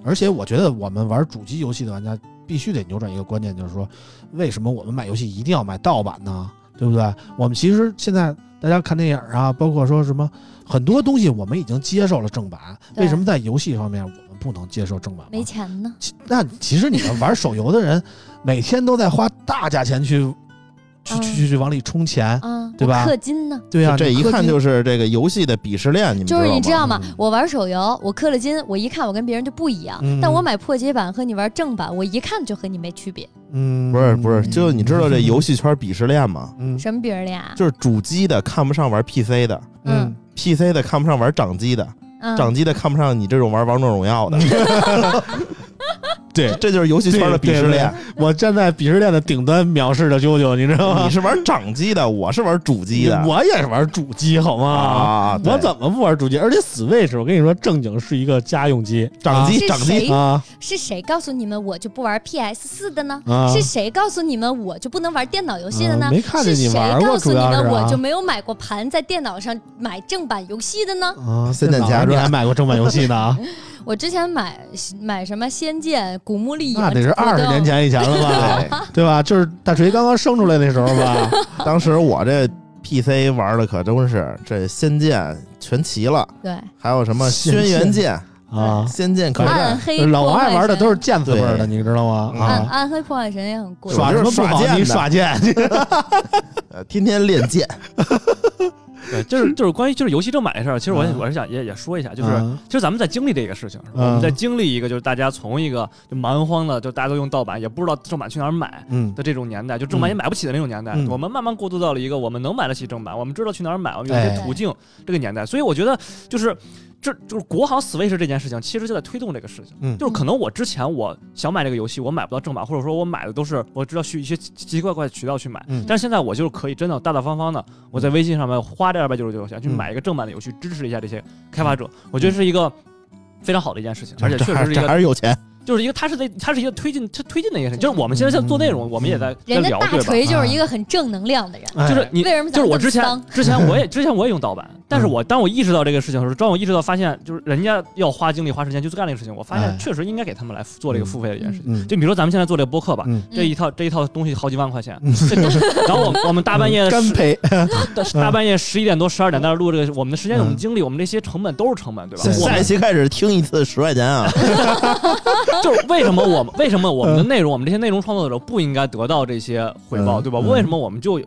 S3: 而且我觉得我们玩主机游戏的玩家必须得扭转一个观念，就是说，为什么我们买游戏一定要买盗版呢？对不对？我们其实现在大家看电影啊，包括说什么很多东西，我们已经接受了正版，
S2: 对
S3: 为什么在游戏方面我们不能接受正版呢？
S2: 没钱呢，
S3: 其那其实你们玩手游的人，每天都在花大价钱去去
S2: 嗯
S3: 去去去往里充钱，
S2: 啊，
S3: 对吧
S2: 我氪金呢，
S3: 对呀、
S4: 这一看
S3: 是
S4: 就是这个游戏的鄙视链，你们
S2: 就是你知
S4: 知
S2: 道
S4: 道吗？
S2: 吗
S3: 嗯？
S2: 我玩手游，我氪了金，我一看我跟别人就不一样，
S3: 嗯
S2: 但我买破解版和你玩正版，我一看就和你没区别。
S3: 嗯，
S4: 不是不是，就你知道这游戏圈鄙视链吗？
S3: 嗯
S2: 什么别人俩？
S4: 就是主机的看不上玩 PC 的
S3: 嗯
S2: 嗯
S4: ，PC 的看不上玩掌机的，
S2: 嗯
S4: 掌机的看不上你这种玩王者荣耀的。对，这就是游戏圈的鄙视链。
S2: 嗯
S3: 我站在鄙视链的顶端藐视着啾啾，你知道吗？
S4: 你是玩掌机的，我是玩主机的。
S3: 我也是玩主机好吗？
S4: 啊，对
S3: 我怎么不玩主机？而且 Switch，我跟你说，正经是一个家用机，
S4: 掌
S2: 是
S4: 机掌机
S2: 谁
S3: 啊
S2: 是谁告诉你们我就不玩 PS 四的呢？
S3: 啊！
S2: 是谁告诉你们我就不能玩电脑游戏的呢？
S3: 嗯没看见你玩
S2: 是谁
S3: 过
S2: 告诉
S3: 主
S2: 你
S3: 要是啊
S2: 们我就没有买过盘，在电脑上买正版游戏的呢？
S3: 啊，
S4: 现在
S3: 电脑
S4: 夹
S3: 你
S4: 着
S3: 还买过正版游戏呢啊？
S2: 我之前买买什么《仙剑》《古墓丽影》，
S3: 那得是
S2: 土豆
S3: 二十年。前以前了 吧？
S4: 对，
S3: 对吧？就是大锤刚刚生出来那时候吧。
S4: 当时我这 PC 玩的可真是这仙剑全齐了，
S2: 对，
S4: 还有什么
S3: 仙
S4: 轩辕剑、
S3: 啊，
S4: 仙剑客
S2: 暗
S4: 栈，
S2: 黑
S3: 老王
S2: 破
S3: 爱
S2: 坏
S3: 玩的
S2: 神
S3: 都是剑字辈儿的，
S4: 对
S3: 你知道吗？
S2: 暗
S3: 啊，
S2: 暗黑破坏神也很贵。
S3: 耍什么不
S4: 我就是耍
S3: 好？
S4: 剑的
S3: 你耍剑，
S4: 呃天天练剑，
S5: 对，就是就是关于就是游戏正版的事儿，其实我也
S3: 嗯
S5: 我是想也也说一下，就是
S3: 嗯
S5: 其实咱们在经历这个事情，是吧
S3: 嗯
S5: 我们在经历一个就是大家从一个就蛮荒的，就大家都用盗版，也不知道正版去哪儿买
S3: 嗯
S5: 的这种年代，就正版也买不起的那种年代，
S3: 嗯
S5: 我们慢慢过渡到了一个我们能买得起正版，我们知道去哪儿买，我们有一
S3: 哎
S5: 些途径这个年代，所以我觉得就是。这就是国行 Switch 这件事情，其实就在推动这个事情。
S3: 嗯
S5: 就是可能我之前我想买这个游戏，我买不到正版，或者说我买的都是我知道去一些奇奇怪怪的渠道去买。
S3: 嗯
S5: 但是现在我就是可以真的大大方方的，我在微信上面花这二百九十九块
S3: 嗯
S5: 钱去买一个正版的游戏，支持一下这些开发者，我觉得是一个非常好的一件事 情，而且
S4: 这
S5: 确
S4: 还
S5: 实是一
S4: 这
S5: 个，
S4: 还是有钱，
S5: 就是一个它是在它是一个推进它推进的一个事情，就是我们现在在做
S3: 嗯
S5: 内容，我们也在在
S2: 人家
S5: 聊
S2: 大
S5: 对吧？
S2: 锤就是
S3: 啊
S2: 一个很正能量的人，
S3: 哎
S5: 就是你
S2: 为什么咱
S5: 就是我
S2: 们这
S5: 之
S2: 么
S5: 前
S2: 丧
S5: 之 前我也之前我也用盗版，但
S3: 嗯
S5: 是我当我意识到这个事情的时候，当我意识到发现就是人家要花精力花时间去干这个事情，我发
S3: 哎
S5: 现确实应该给他们来做这个付费的一件事情。
S3: 嗯
S5: 就比如说咱们现在做这个播客吧，
S3: 嗯
S5: 这一套这一套东西好几万块钱，这都是然后我们我们大半夜
S3: 嗯干
S5: 十
S3: 赔，
S5: 大半夜十一点多十二点在那录这个，我们的时
S3: 嗯
S5: 间、我们精力、我们这些成本都是成本，对吧？我
S4: 下一
S5: 们
S4: 期开始听一次十块钱 啊，
S5: 就是为什么我们为什么我们的内容，我们这些内容创作者不应该得到这些回报，
S3: 嗯
S5: 对吧？
S3: 嗯
S5: 为什么我们就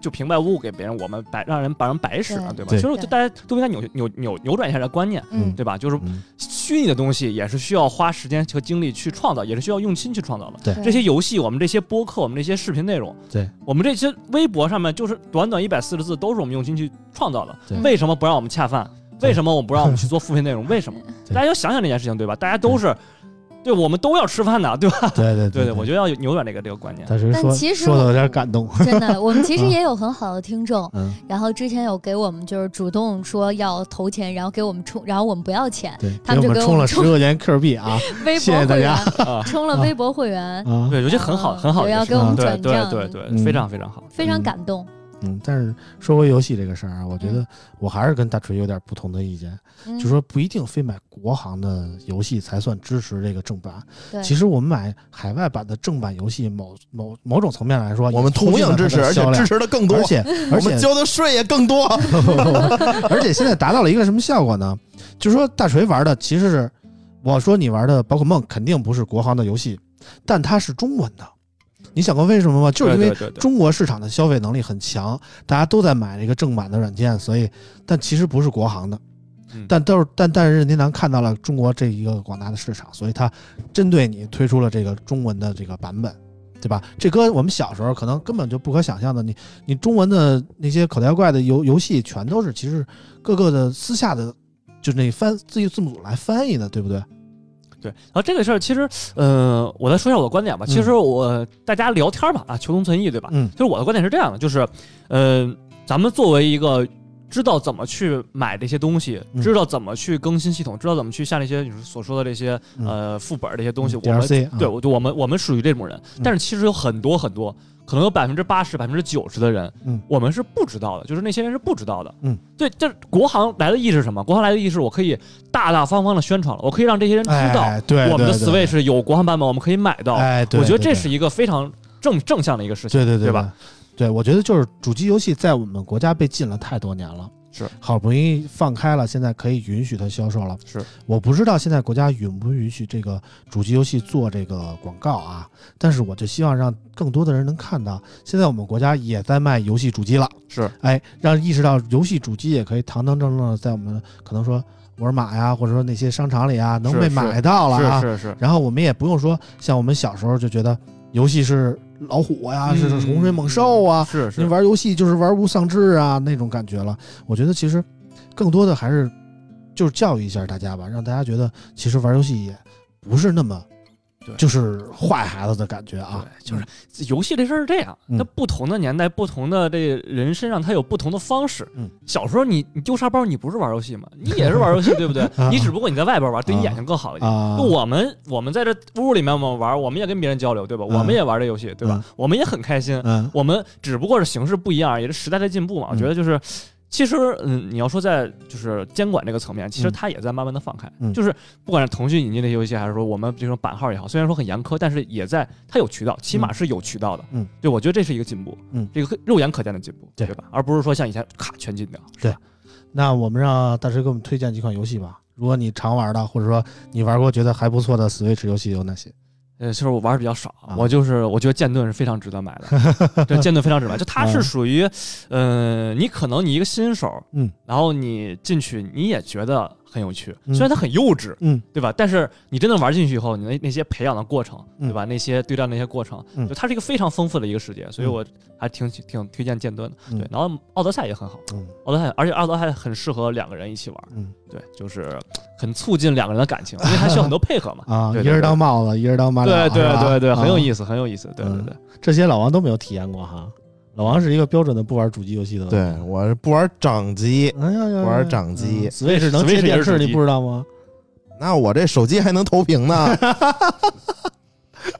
S5: 就平白无故给别人，我们白让人把人白使了，
S2: 对
S5: 对吧？
S3: 对
S5: 其实我
S2: 对
S5: 觉得大家都应该扭扭扭扭转一下这观念，
S2: 嗯，
S5: 对吧？就是
S4: 嗯
S5: 虚拟的东西也是需要花时间和精力去创造，也是需要用心去创造的。
S3: 对
S5: 这些游戏，我们这些播客，我们这些视频内容，
S3: 嗯对
S5: 我们这些微博上面，就是短短一百四十字，都是我们用心去创造的
S3: 对。
S5: 为什么不让我们恰饭？
S3: 对
S5: 为什么我们不让我们去做付费 内容？为什么？
S3: 对
S5: 大家要想想这件事情，对吧？大家都是，对我们都要吃饭的，对吧？
S3: 对对
S5: 对
S3: 对
S5: 对，我觉得要扭转这个这个观念。
S3: 大锤
S2: 但
S3: 说
S2: 其实
S3: 说的
S2: 我
S3: 有点感动，
S2: 真的，我们其实
S3: 啊
S2: 也有很好的听众，
S3: 嗯，
S2: 然后之前有给我们就是主动说要投钱，然后给我们充，然后我们不 要钱，
S3: 对，
S2: 他
S3: 给
S2: 们就
S3: 我们
S2: 给我
S3: 充
S2: 们
S3: 了十
S2: 充
S3: 块钱 Q 币啊
S2: 微
S3: 谢
S2: 博
S3: 谢大家
S2: 会员
S5: 啊
S2: 充了微博会员，
S3: 啊，
S5: 对，有些很好
S2: 嗯
S5: 很好的一
S2: 有要
S5: 个事情，
S2: 给我们
S5: 对
S2: 转账
S5: 对对对，
S3: 嗯
S5: 非常非常好。
S2: 非常
S3: 嗯
S2: 感动。
S3: 嗯，但是说回游戏这个事儿啊，我觉得
S2: 嗯
S3: 我还是跟大锤有点不同的意见，
S2: 嗯
S3: 就说不一定非买国行的游戏才算支持这个正版，
S2: 对，
S3: 其实我们买海外版的正版游戏某，某某种层面来说，
S4: 我们同样支持，而且支
S3: 持
S4: 持的更多
S3: 而，且
S4: 我
S3: 而
S4: 们
S3: 且
S4: 交的税也更多，
S3: 而且现在达到了一个什么效果呢？就说大锤玩的其实是，我说你玩的宝可梦肯定不是国行的游戏，但它是中文的。你想过为什么吗？就是因为
S5: 对对对对
S3: 中国市场的消费能力很强，大家都在买这个正版的软件，所以但其实不是国行的
S5: 嗯，
S3: 但都是但但是任天堂看到了中国这一个广大的市场，所以它针对你推出了这个中文的这个版本。对吧？这歌我们小时候可能根本就不可想象的，你你中文的那些口袋妖怪的游游戏，全都是其实各个的私下的，就那翻自己字幕组来翻译的，对不对？
S5: 对，然后这个事儿其实，呃，我再说一下我的观点吧。其实我、大家聊天吧，啊，求同存异，对吧？
S3: 嗯
S5: 其实我的观点是这样的，就是，呃，咱们作为一个知道怎么去买这些东西，
S3: 嗯
S5: 知道怎么去更新系统，知道怎么去下这些你所说的这些、
S3: 嗯
S5: 呃副本儿这些东西，我们
S3: ，DLC 啊嗯
S5: 对，我就我们我们属于这种人，但是其实有很多很多，可能有百分之八十、百分之九十的人，
S3: 嗯
S5: 我们是不知道的，就是那些人是不知道的，
S3: 嗯，
S5: 对，这国行来的意义是什么？国行来的意义是我可以大大方方的宣传了，我可以让这些人知道，
S3: 哎对
S5: 我们的
S3: 对对
S5: Switch 有国行版本，我们可以买到，
S3: 哎，对
S5: 我觉得
S3: 对
S5: 这是一个非常正正向的一个事情，
S3: 对对
S5: 对吧
S3: 吧？对，我觉得就是主机游戏在我们国家被禁了太多年了，
S5: 是
S3: 好不容易放开了，现在可以允许它销售了。
S5: 是，
S3: 我不知道现在国家允不允许这个主机游戏做这个广告啊，但是我就希望让更多的人能看到，现在我们国家也在卖游戏主机了。
S5: 是，
S3: 哎，让意识到游戏主机也可以堂堂正正的在我们可能说沃尔玛呀，或者说那些商场里啊，能
S5: 是
S3: 被
S5: 是
S3: 买到了啊。
S5: 是是是，
S3: 然后我们也不用说像我们小时候就觉得游戏是老虎呀、啊是
S5: 嗯
S3: 洪水猛兽啊，
S5: 是是
S3: 你玩游戏就是玩物丧志啊那种感觉了。我觉得其实更多的还是就是教育一下大家吧，让大家觉得其实玩游戏也不是那么
S5: 对
S3: 就是坏孩子的感觉啊，
S5: 对，就是游戏这事儿是这样，
S3: 嗯
S5: 那、不同的年代、不同的这人身上，他有不同的方式。
S3: 嗯
S5: 小时候你你丢沙包，你不是玩游戏吗？你 也是玩游戏，对不对
S3: 啊？
S5: 你只不过你在外边玩，对
S3: 啊
S5: 你眼睛更好一点。
S3: 啊
S5: 就，我们我们在这屋里面我们玩，我们也跟别人交流，对吧？
S3: 嗯
S5: 我们也玩这游戏，对吧？我们也很开心。
S3: 嗯
S5: 我们只不过是形式不一样，也是时代的进步嘛。我觉得就是。其实，嗯，你要说在就是监管这个层面，其实
S3: 嗯
S5: 它也在慢慢的放开。
S3: 嗯
S5: 就是不管是腾讯引进的游戏，还是说我们这种版号也好，虽然说很严苛，但是也在它有渠道，起码是有渠道的。
S3: 嗯，
S5: 对，我觉得这是一个进步，
S3: 嗯
S5: 这个肉眼可见的进步，
S3: 对
S5: 吧？而不是说像以前咔全禁掉。是吧
S3: 那我们让大师给我们推荐几款游戏吧。如果你常玩的，或者说你玩过觉得还不错的 Switch 游戏有哪些？
S5: 呃，其实我玩的比较少，
S3: 啊
S5: 我就是我觉得剑盾是非常值得 买的，对，剑盾非常值得买。就它是属于，呃，你可能你一个新手，
S3: 嗯，
S5: 然后你进去你也觉得很有趣，
S3: 嗯
S5: 虽然它很幼稚，
S3: 嗯
S5: 对吧？但是你真的玩进去以后，你那那些培养的过程，
S3: 嗯
S5: 对吧？那些对战那些过程，
S3: 嗯
S5: 就它是一个非常丰富的一个世界，所以
S3: 嗯
S5: 我还挺挺推荐剑盾的。
S3: 嗯
S5: 对，然后奥德赛也很好，
S3: 嗯
S5: 奥德赛，而且奥德赛很适合两个人一起玩，
S3: 嗯
S5: 对，就是很促进两个人的感情，因为它需要很多配合嘛。
S3: 啊，
S5: 对
S3: 一
S5: 对
S3: 人
S5: 对
S3: 当帽子，一人当马
S5: 对
S3: 两，
S5: 对
S3: 是吧
S5: 对对，很有
S3: 啊
S5: 意思，很有意思。对对
S3: 嗯
S5: 对，
S3: 这些老王都没有体验过哈。老王是一个标准的不玩主机游戏的。
S4: 对，我是不玩掌机，
S3: 哎呀呀，嗯
S4: 玩掌机
S3: ，Switch 能接
S5: Switch 也
S3: 电
S5: 是
S3: 视，
S5: 手机
S3: 你不知道 吗？
S4: 那我这手机还能投屏呢。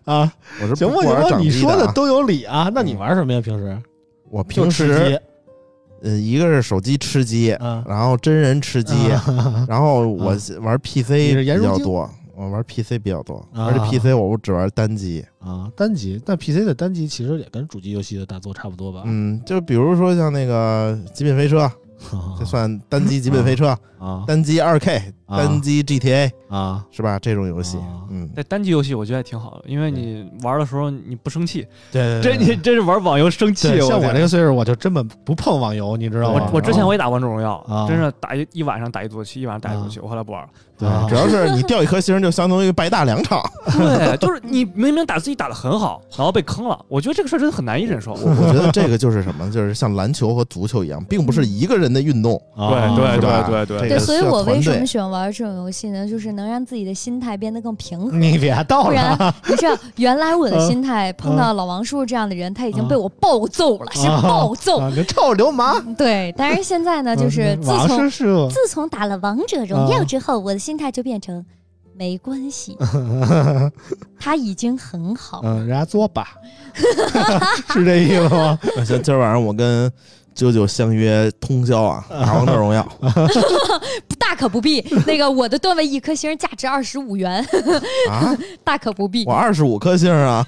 S3: 啊，
S4: 我是
S3: 行吧，
S4: 不玩
S3: 行吧，
S4: 掌
S3: 你
S4: 机
S3: 说
S4: 的
S3: 的
S4: 啊。
S3: 都有理啊。那你玩什么呀？平时
S4: 我
S3: 就
S4: 平
S3: 吃鸡
S4: 时呃，一个是手机吃鸡，
S3: 啊，
S4: 然后真人吃鸡，
S3: 啊
S4: 然后我
S3: 啊
S4: 玩 PC
S3: 你是
S4: 比
S3: 颜如
S4: 较
S3: 晶
S4: 多，我玩 PC 比较多，
S3: 啊
S4: 而且 PC 我只玩单机。
S3: 啊，单机，但 PC 的单机其实也跟主机游戏的大作差不多吧？
S4: 嗯，就比如说像那个《极品飞车》，这算单机《极品飞车》，
S3: 啊
S4: 单机 2K，
S3: 啊
S4: 单机 GTA
S3: 啊，
S4: 是吧？这种游戏
S3: 啊，
S4: 嗯，
S5: 但单机游戏我觉得还挺好的，因为你玩的时候你不生气，
S3: 对
S5: 这
S3: 对
S5: 你真是玩网游生气。
S3: 对，像我啊
S5: 天
S3: 这个岁数，我就根本不碰网游，你知道吗
S5: 我？我之前我也打王者荣耀，
S3: 啊
S5: 真是打一一晚上打一坐骑，一晚上打一坐骑，我后来不玩了。
S4: 对
S3: 啊，
S4: 主要是你掉一颗星就相当于白打 两场。
S5: 对，就是你明明打自己打的很好，然后被坑了，我觉得这个事儿真的很难以忍受。
S4: 我我觉得这个就是什么，就是像篮球和足球一样，并不是一个人的运动。
S3: 啊
S4: 是
S5: 对对
S4: 吧这
S5: 对对
S4: 个
S5: 对
S2: 对，所以
S4: 需要
S2: 我为
S4: 团
S2: 什么
S4: 队
S2: 喜欢玩这种游戏呢？就是能让自己的心态变得更平和。
S3: 你别逗
S2: 不然
S3: 了，啊
S2: 你知道，原来我的
S3: 嗯
S2: 心态碰到老王叔叔这样的人，他已经被我暴揍了，是
S3: 啊
S2: 暴揍。
S3: 啊你臭流氓！
S2: 对，但是现在呢，就是
S3: 嗯
S2: 自
S3: 王
S2: 从
S3: 师傅，
S2: 自从打了王者荣耀
S3: 啊
S2: 之后，我的心态就变成没关系，他已经很好。
S3: 嗯，人家作吧， 是这意思吗？
S4: 像今儿晚上我跟啾啾相约通宵 啊，打王者荣耀。
S2: 大可不必。 那个我的段位一颗星价值二十五元，
S4: 啊，
S2: 大可不必
S4: 我。二十五颗星啊！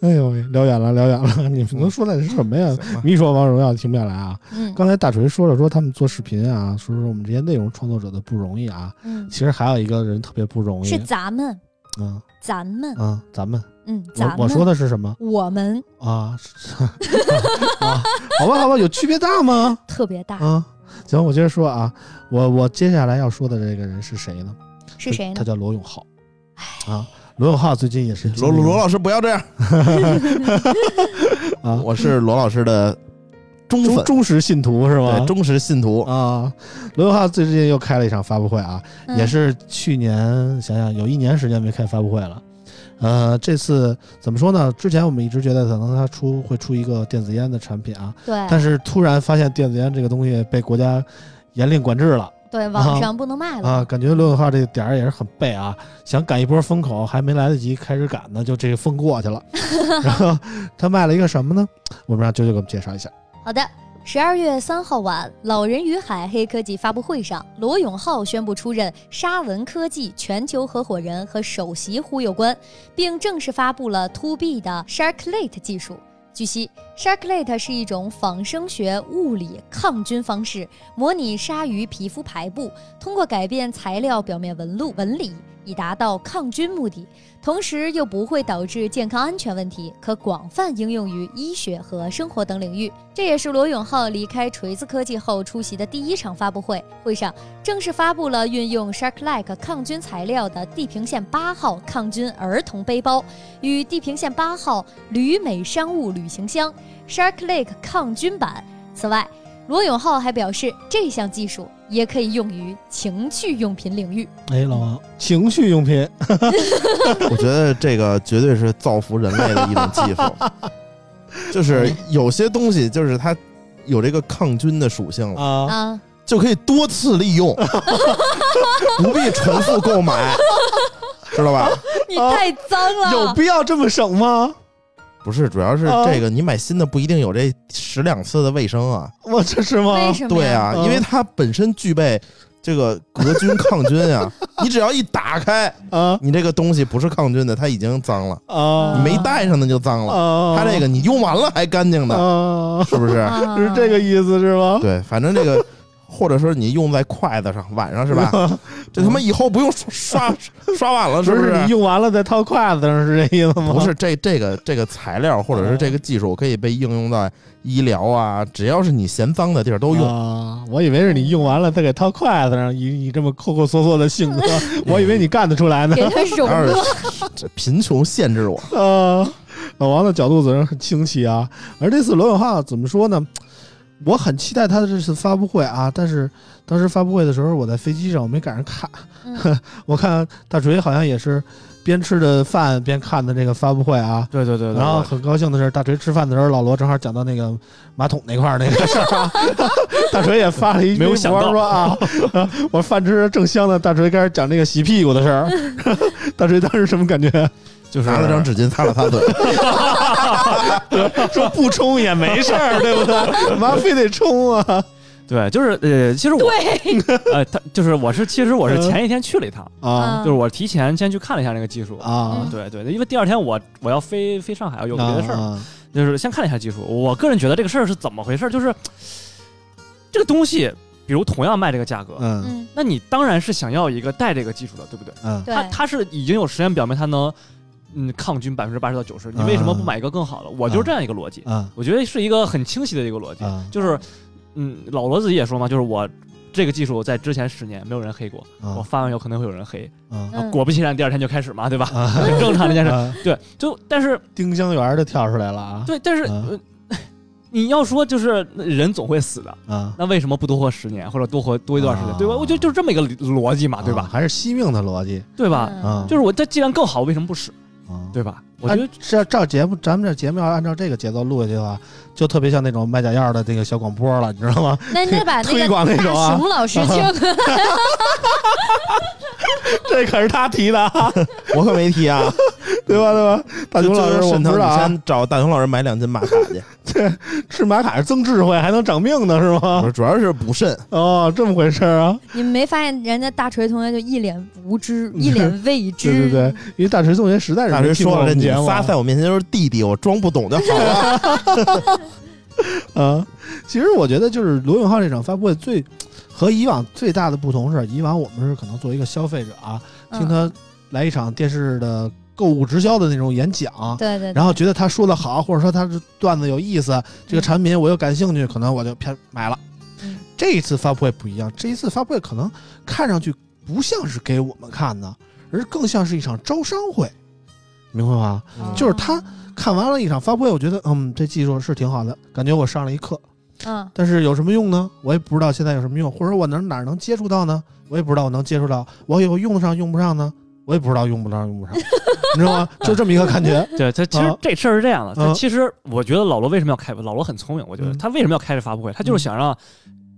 S3: 哎呦喂，聊远了，聊远了， 你们能说的是什么呀？
S4: 行吧
S3: 你一说王者荣耀停不下来啊！
S2: 嗯
S3: 刚才大锤说了说他们做视频啊，说说我们这些内容创作者的不容易啊。
S2: 嗯，
S3: 其实还有一个人特别不容易，
S2: 是咱们，
S3: 嗯
S2: 咱们，
S3: 嗯，咱们，
S2: 嗯，咱们。
S3: 我我说的是什么
S2: 我们
S3: 啊？ 是啊好吧，好吧，有区别大吗？
S2: 特别大，
S3: 啊，行，我接着说啊，我我接下来要说的这个人是谁呢？
S2: 是
S3: 他
S2: 谁呢哎
S3: 他？叫罗永浩，啊，罗永浩最近也是
S4: 罗罗罗
S3: 老
S4: 老师不要这样，
S3: 啊，
S4: 我是罗老师的忠
S3: 忠
S4: 粉，
S3: 忠实信徒是吗
S4: 对？忠实信徒。
S3: 啊，罗永浩最近又开了一场发布会啊，
S2: 嗯
S3: 也是去年想想有一年时间没开发布会了。呃，这次怎么说呢？之前我们一直觉得可能他出会出一个电子烟的产品啊，
S2: 对
S3: 但是突然发现电子烟这个东西被国家严令管制了
S2: 对，网上不能卖了。
S3: 啊，感觉罗永浩这个点儿也是很背啊，想赶一波风口，还没来得及开始赶呢，就这个风过去了。然后他卖了一个什么呢？我们让啾啾给我们介绍一下。
S2: 好的。十二月三号晚，老人与海黑科技发布会上，罗永浩宣布出任沙文科技全球合伙人和首席忽悠官，并正式发布了 To B 的 Sharklet 技术。据悉，Sharklet 是一种仿生学物理抗菌方式，模拟鲨鱼皮肤排布，通过改变材料表面纹路纹理，以达到抗菌目的，同时又不会导致健康安全问题，可广泛应用于医学和生活等领域。这也是罗永浩离开锤子科技后出席的第一场发布会，会上正式发布了运用 Sharklike 抗菌材料的地平线八号抗菌儿童背包与地平线八号旅美商务旅行箱 Sharklike 抗菌版。此外，罗永浩还表示，这项技术也可以用于情趣用品领域。
S3: 哎，老王，情趣用品
S4: 我觉得这个绝对是造福人类的一种技术，
S3: 嗯
S4: 就是有些东西就是它有这个抗菌的属性了，
S3: 啊
S2: 啊，
S4: 就可以多次利 用，不必重复购买，知道吧？
S2: 你太脏了！
S3: 有必要这么省吗？
S4: 不是，主要是
S3: 啊
S4: 这个你买新的不一定有这十两次的卫生啊。
S3: 我这是吗？
S2: 为什么
S4: Ah, 对
S2: 呀？
S4: 啊，
S3: 嗯
S4: 因为它本身具备这个隔菌抗菌啊，你只要一打开，
S3: 啊
S4: 你这个东西不是抗菌的，它已经脏了，
S3: 啊，
S4: 你没戴上的就脏了。
S3: 啊，
S4: 它这个你用完了还干净呢，
S3: 啊，
S4: 是不是？
S2: 啊
S3: 是这个意思是吗？
S4: 对，反正这个，或者说你用在筷子上，碗上是吧？
S3: 嗯
S4: 这他妈以后不用刷刷刷碗了，
S3: 不
S4: 是不
S3: 是你
S4: 是？
S3: 用完了再套筷子上是这意思吗？
S4: 不是这这个这个材料或者是这个技术可以被应用到医疗啊，只要是你嫌脏的地儿都用。
S3: 啊，我以为是你用完了再给套筷子上。以你这么抠抠缩缩的性格，我以为你干得出来呢
S2: 给。它 融
S4: 然
S2: 入
S4: 后这贫穷限制我，
S3: 啊， 老王的角度总是很清晰啊。而这次罗永浩怎么说呢？我很期待他的这次发布会啊，但是当时发布会的时候我在飞机上，我没赶上看。
S2: 嗯
S3: 我看大锤好像也是边吃着饭边看的这个发布会啊。
S5: 对对对对，
S3: 然后很高兴的是，大锤吃饭的时候，老罗正好讲到那个马桶那块儿那个事儿啊。 大锤也发了一
S5: 没有
S3: 微
S5: 想
S3: 博
S5: 到
S3: 说啊， 啊我饭吃着正香呢，大锤开始讲这个洗屁股的事儿。 大锤当时什么感觉？
S5: 就是
S4: 拿了张纸巾擦了擦嘴。
S3: 说不冲也没事儿，对不对？干嘛非得冲啊？
S5: 对，就是呃，其实我
S2: 对
S5: 呃，他就是我是其实我是
S3: 嗯
S5: 前一天去了一趟，
S3: 啊
S2: 嗯
S5: 就是我提前先去看了一下那个技术。
S3: 啊！
S5: 对对，因为第二天我我要飞飞上海，有别的事儿，
S3: 啊
S5: 就是先看了一下技术。我个人觉得这个事儿是怎么回事儿，就是这个东西，比如同样卖这个价格，
S3: 嗯
S2: 嗯，
S5: 那你当然是想要一个带这个技术的，对不对？
S3: 嗯
S2: 对
S5: 它，它是已经有实验表明它能，嗯，抗菌百分之八十到九十，你为什么不买一个更好的？我就是这样一个逻辑，
S3: 啊
S5: 我觉得是一个很清晰的一个逻辑，
S3: 啊
S5: 就是，嗯，老罗自己也说嘛，就是我这个技术在之前十年没有人黑过，我
S3: 啊
S5: 发完以后可能会有人黑，
S3: 啊
S2: 嗯
S5: 果不其然，第二天就开始嘛，对吧？
S3: 啊！
S5: 很正常的一件事。
S3: 啊
S5: 对，就但是
S3: 丁香园儿的跳出来了啊！
S5: 对，但是、
S3: 啊
S5: 呃 你要说就是人总会死的，
S3: 啊，
S5: 那为什么不多活十年或者多活多一段时间，
S3: 啊
S5: 对吧？我觉得就是这么一个理逻辑嘛，对
S3: 啊
S5: 吧？
S3: 还是惜命的逻辑
S5: 对吧？
S3: 啊
S2: 嗯
S5: 就是我这既然更好，我为什么不使？
S3: 啊！
S5: 对吧？我觉得
S3: 按这照节目，咱们这节目要按照这个节奏录下去的话，就特别像那种卖假药的这个小广播了，你知道 吗？
S2: 那你得把那
S3: 推
S2: 个
S3: 广那
S2: 大
S3: 种啊
S2: 熊老师请，
S3: 这可是他提的啊，
S4: 我可没提啊，
S3: 对吧？对吧？大熊老师，
S4: 就
S3: 我
S4: 沈
S3: 不
S4: 腾，
S3: 知道
S4: 你
S3: 啊，
S4: 先找大熊老师买两斤玛卡去。
S3: 吃玛卡是增智慧，还能长命呢，是
S4: 我
S3: 吗？
S4: 说主要是补肾，
S3: 哦，这么回事儿啊！
S2: 你们没发现人家大锤同学就一脸无知，一脸未知，
S3: 对对对，因为大锤同学实在是
S4: 大
S3: 没
S4: 锤
S3: 听过
S4: 说
S3: 我
S4: 了，这
S3: 们
S4: 你
S3: 节
S4: 们
S3: 目
S4: 仨在我面前都是弟弟，我装不懂就好了。
S3: 啊。其实我觉得就是罗永浩这场发布会最和以往最大的不同是，以往我们是可能作为一个消费者啊，
S2: 嗯
S3: 听他来一场电视的购物直销的那种演讲，
S2: 对对，
S3: 然后觉得他说的好，或者说他这段子有意思，这个产品我又感兴趣，可能我就偏买了。
S2: 嗯
S3: 这一次发布会不一样，这一次发布会可能看上去不像是给我们看的，而更像是一场招商会，明白吗？
S2: 嗯
S3: 就是他看完了一场发布会，我觉得嗯，这技术是挺好的，感觉我上了一课。
S2: 嗯
S3: 但是有什么用呢？我也不知道现在有什么用，或者我哪哪能接触到呢？我也不知道我能接触到，我以后用得上用不上呢？我也不知道用不上用不上， 你知道吗？就这么一个感 觉。
S5: 对他其实
S3: 啊
S5: 这事儿是这样的，
S3: 啊
S5: 他其实我觉得老罗为什么要开？老罗很聪明，我觉得
S3: 嗯
S5: 他为什么要开这发布会？他就是想让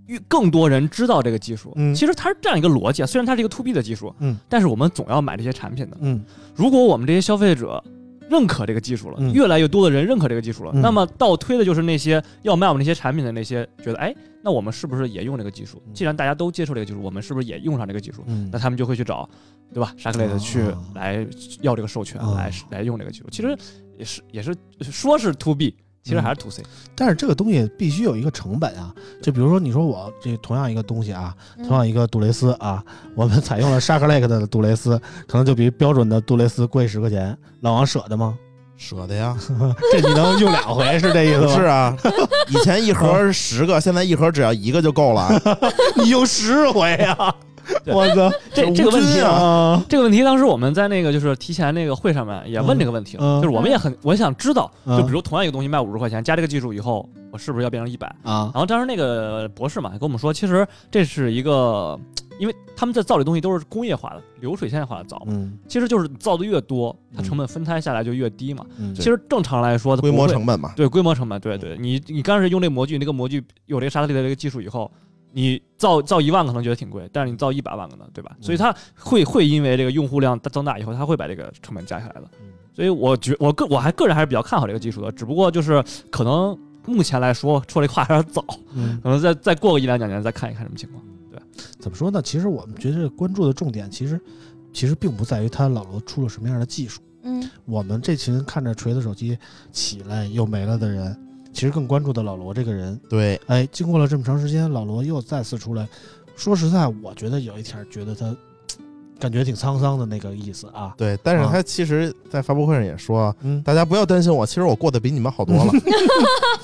S5: 越更多人知道这个技术
S3: 嗯。
S5: 其实它是这样一个逻辑啊，虽然它是一个 to B 的技术
S3: 嗯，
S5: 但是我们总要买这些产品的。
S3: 嗯
S5: 如果我们这些消费者认可这个技术了
S3: 嗯，
S5: 越来越多的人认可这个技术了，
S3: 嗯
S5: 那么倒推的就是那些要卖我们那些产品的那些觉得，哎，那我们是不是也用这个技术
S3: 嗯？
S5: 既然大家都接受这个技术，我们是不是也用上这个技术？
S3: 嗯
S5: 那他们就会去找，对吧 s h a k l e t 去
S3: 哦
S5: 来要这个授权，
S3: 哦
S5: 来来用这个技术。其实也是也是说是 to B，其实还是 to C。
S3: 但是这个东西必须有一个成本啊，就比如说你说我这同样一个东西啊，
S2: 嗯
S3: 同样一个杜蕾斯啊，我们采用了沙克雷克的杜蕾斯，可能就比标准的杜蕾斯贵十块钱，老王舍得吗？
S4: 舍得呀，
S3: 这你能用两回是这意思
S4: 不
S3: 吗？嗯
S4: 是啊，以前一盒是十个，现在一盒只要一个就够了 啊。
S3: 你用十回啊！
S5: 对
S3: 我操，
S5: 这这个问题啊。
S3: 啊，
S5: 这个问题当时我们在那个就是提前那个会上面也问这个问题了，
S3: 嗯嗯
S5: 就是我们也很我想知道，
S3: 嗯
S5: 就比如同样一个东西卖五十块钱，加这个技术以后，我是不是要变成一百？
S3: 啊
S5: 然后当时那个博士嘛，跟我们说，其实这是一个，因为他们在造这东西都是工业化的、流水线化的造嘛，
S3: 嗯
S5: 其实就是造的越多，它成本分摊下来就越低嘛。
S3: 嗯
S5: 其实正常来说，它
S4: 规
S5: 不
S4: 模
S5: 会
S4: 成本嘛，
S5: 对规模成本，对对，你你刚开始用这模具，那个模具有这个沙特力的这个技术以后，你造造一万可能觉得挺贵，但是你造一
S3: 嗯
S5: 百万可能对吧？所以它会会因为这个用户量增大以后，它会把这个成本加下来的。所以我觉我个我还个人还是比较看好这个技术的，只不过就是可能目前来说说这话有点早，
S3: 嗯，
S5: 可能再再过个一两两年再看一看什么情况。
S3: 怎么说呢？其实我们觉得关注的重点，其实其实并不在于他老罗出了什么样的技术。
S2: 嗯
S3: 我们这群看着锤子手机起来又没了的人，其实更关注的老罗这个人。
S4: 对，
S3: 哎，经过了这么长时间，老罗又再次出来。说实在，我觉得有一点儿觉得他感觉挺沧桑的那个意思啊。
S4: 对，但是
S3: 啊
S4: 他其实，在发布会上也说，
S3: 嗯，
S4: 大家不要担心我，其实我过得比你们好多 了。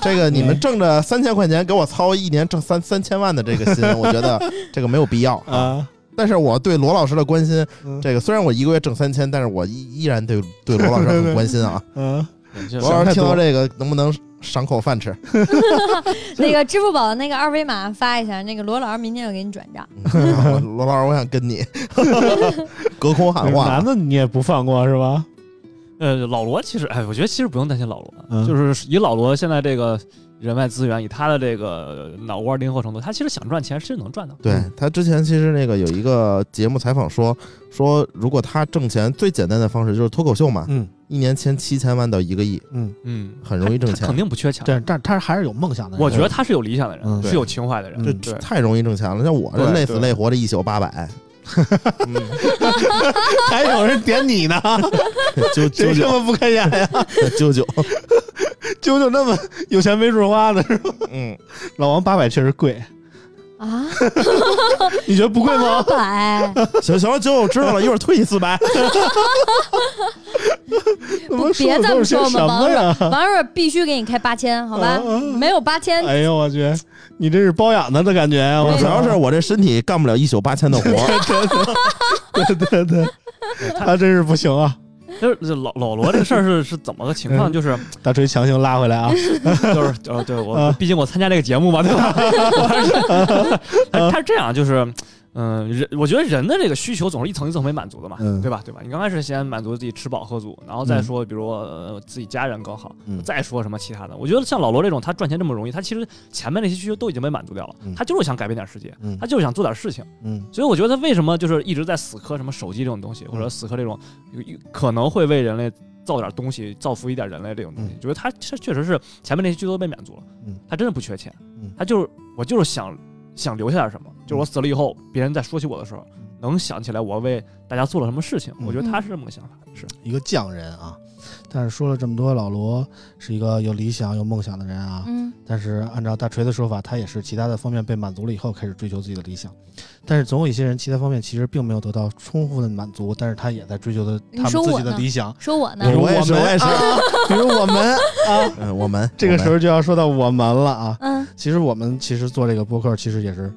S4: 这个你们挣着三千块钱给我操一年挣三三千万的这个心，
S3: 嗯
S4: 我 觉得这个没有必要啊。
S3: 啊，
S4: 但是我对罗老师的关心，
S3: 嗯
S4: 这个虽然我一个月挣三千，但是我依依然对对罗老师很关心啊。
S3: 嗯，
S4: 罗老师听到这个能不能赏口饭吃？
S2: 那个支付宝的那个二维码发一下，那个罗老师明天就给你转账。
S4: 我
S3: 嗯
S4: 罗老师，我想跟 你隔空喊话
S3: 男。的你也不放过是吧？
S5: 呃，老罗其实，哎，我觉得其实不用担心老罗，
S3: 嗯
S5: 就是以老罗现在这个人脉资源，以他的这个脑瓜灵活程度，他其实想赚钱是能赚的。
S4: 对他之前其实那个有一个节目采访说说，如果他挣钱最简单的方式就是脱口秀嘛，
S3: 嗯
S4: 一年签七千万到一个亿，
S3: 嗯，
S5: 嗯，
S4: 很容易挣
S5: 他
S4: 钱
S5: 肯定不缺钱。
S3: 但是但是他还是有梦想的人。
S5: 我觉得他是有理想的人，
S3: 嗯
S5: 是有情怀的人。
S3: 嗯
S5: 对，
S4: 太容易挣钱了。像我这
S5: 对
S4: 累死
S5: 对
S4: 累活的一宿八百，
S5: 嗯
S3: 还有人点你 呢，
S4: 九九
S3: 谁这
S4: 九
S3: 么不开眼呀？
S4: 九九，
S3: 九九那么有钱没处花呢，是吧
S4: 嗯，
S3: 老王八百确实贵，啊
S2: 啊，
S3: 你觉得不贵吗？
S2: 八百
S4: 行行，九九知道了，一会儿退你四 百。
S3: 怎
S2: 不
S3: 么
S2: 别这么
S3: 都是
S2: 说
S3: 些
S2: 我
S3: 什
S2: 们
S3: 么
S2: 王
S3: 呀？
S2: 王瑞必须给你开八千，好吧
S3: 啊啊？
S2: 没有八 千，
S3: 哎呦我去，你这是包养他的感觉呀！我
S4: 主要是我这身体干不了一宿八 千的活儿，
S3: 对对对，他真是不行啊！
S5: 就是老老罗这个事儿是是怎么个情况？
S3: 嗯
S5: 就是
S3: 大锤强行拉回来啊！
S5: 就是呃，对我
S3: 啊
S5: 毕竟我参加这个节目嘛，对吧？ 我 还是
S3: 啊
S5: 他他是这样，就是嗯，人我觉得人的这个需求总是一层一层被满足的嘛，
S3: 嗯
S5: 对吧？对吧？你刚开始先满足自己吃饱喝足，然后再
S3: 嗯
S5: 说比如、呃、自己家人更好，
S4: 嗯
S5: 再说什么其他的。我觉得像老罗这种，他赚钱这么容易，他其实前面那些需求都已经被满足掉了，
S3: 嗯
S5: 他就是想改变点世界，
S3: 嗯
S5: 他就是想做点事情。
S3: 嗯
S5: 所以我觉得他为什么就是一直在死磕什么手机这种东西，或者死磕这种有可能会为人类造点东西、造福一点人类这种东西，
S3: 嗯
S5: 觉得他他确实是前面那些剧都被满足了，
S3: 嗯
S5: 他真的不缺钱，
S3: 嗯
S5: 他就是我就是想想留下点什么，就是我死了以后，别人在说起我的时候，能想起来我为大家做了什么事情，
S3: 嗯
S5: 我觉得他是这么个想法，是
S3: 一个匠人啊。但是说了这么多，老罗是一个有理想、有梦想的人啊。
S2: 嗯
S3: 但是按照大锤的说法，他也是其他的方面被满足了以后，开始追求自己的理想。但是总有一些人，其他方面其实并没有得到充分的满足，但是他也在追求的他
S2: 你
S3: 们
S2: 说
S3: 自
S2: 我
S3: 己的
S2: 呢
S3: 理想。
S2: 说我呢
S3: 比？如
S4: 我也是
S3: 们
S4: 我也 是
S3: 啊比如我们啊，
S4: 嗯，我们
S3: 这个时
S4: 我
S3: 候
S4: 们
S3: 就要说到我们了啊。
S2: 嗯，
S3: 其实我们其实做这个播客，其实也是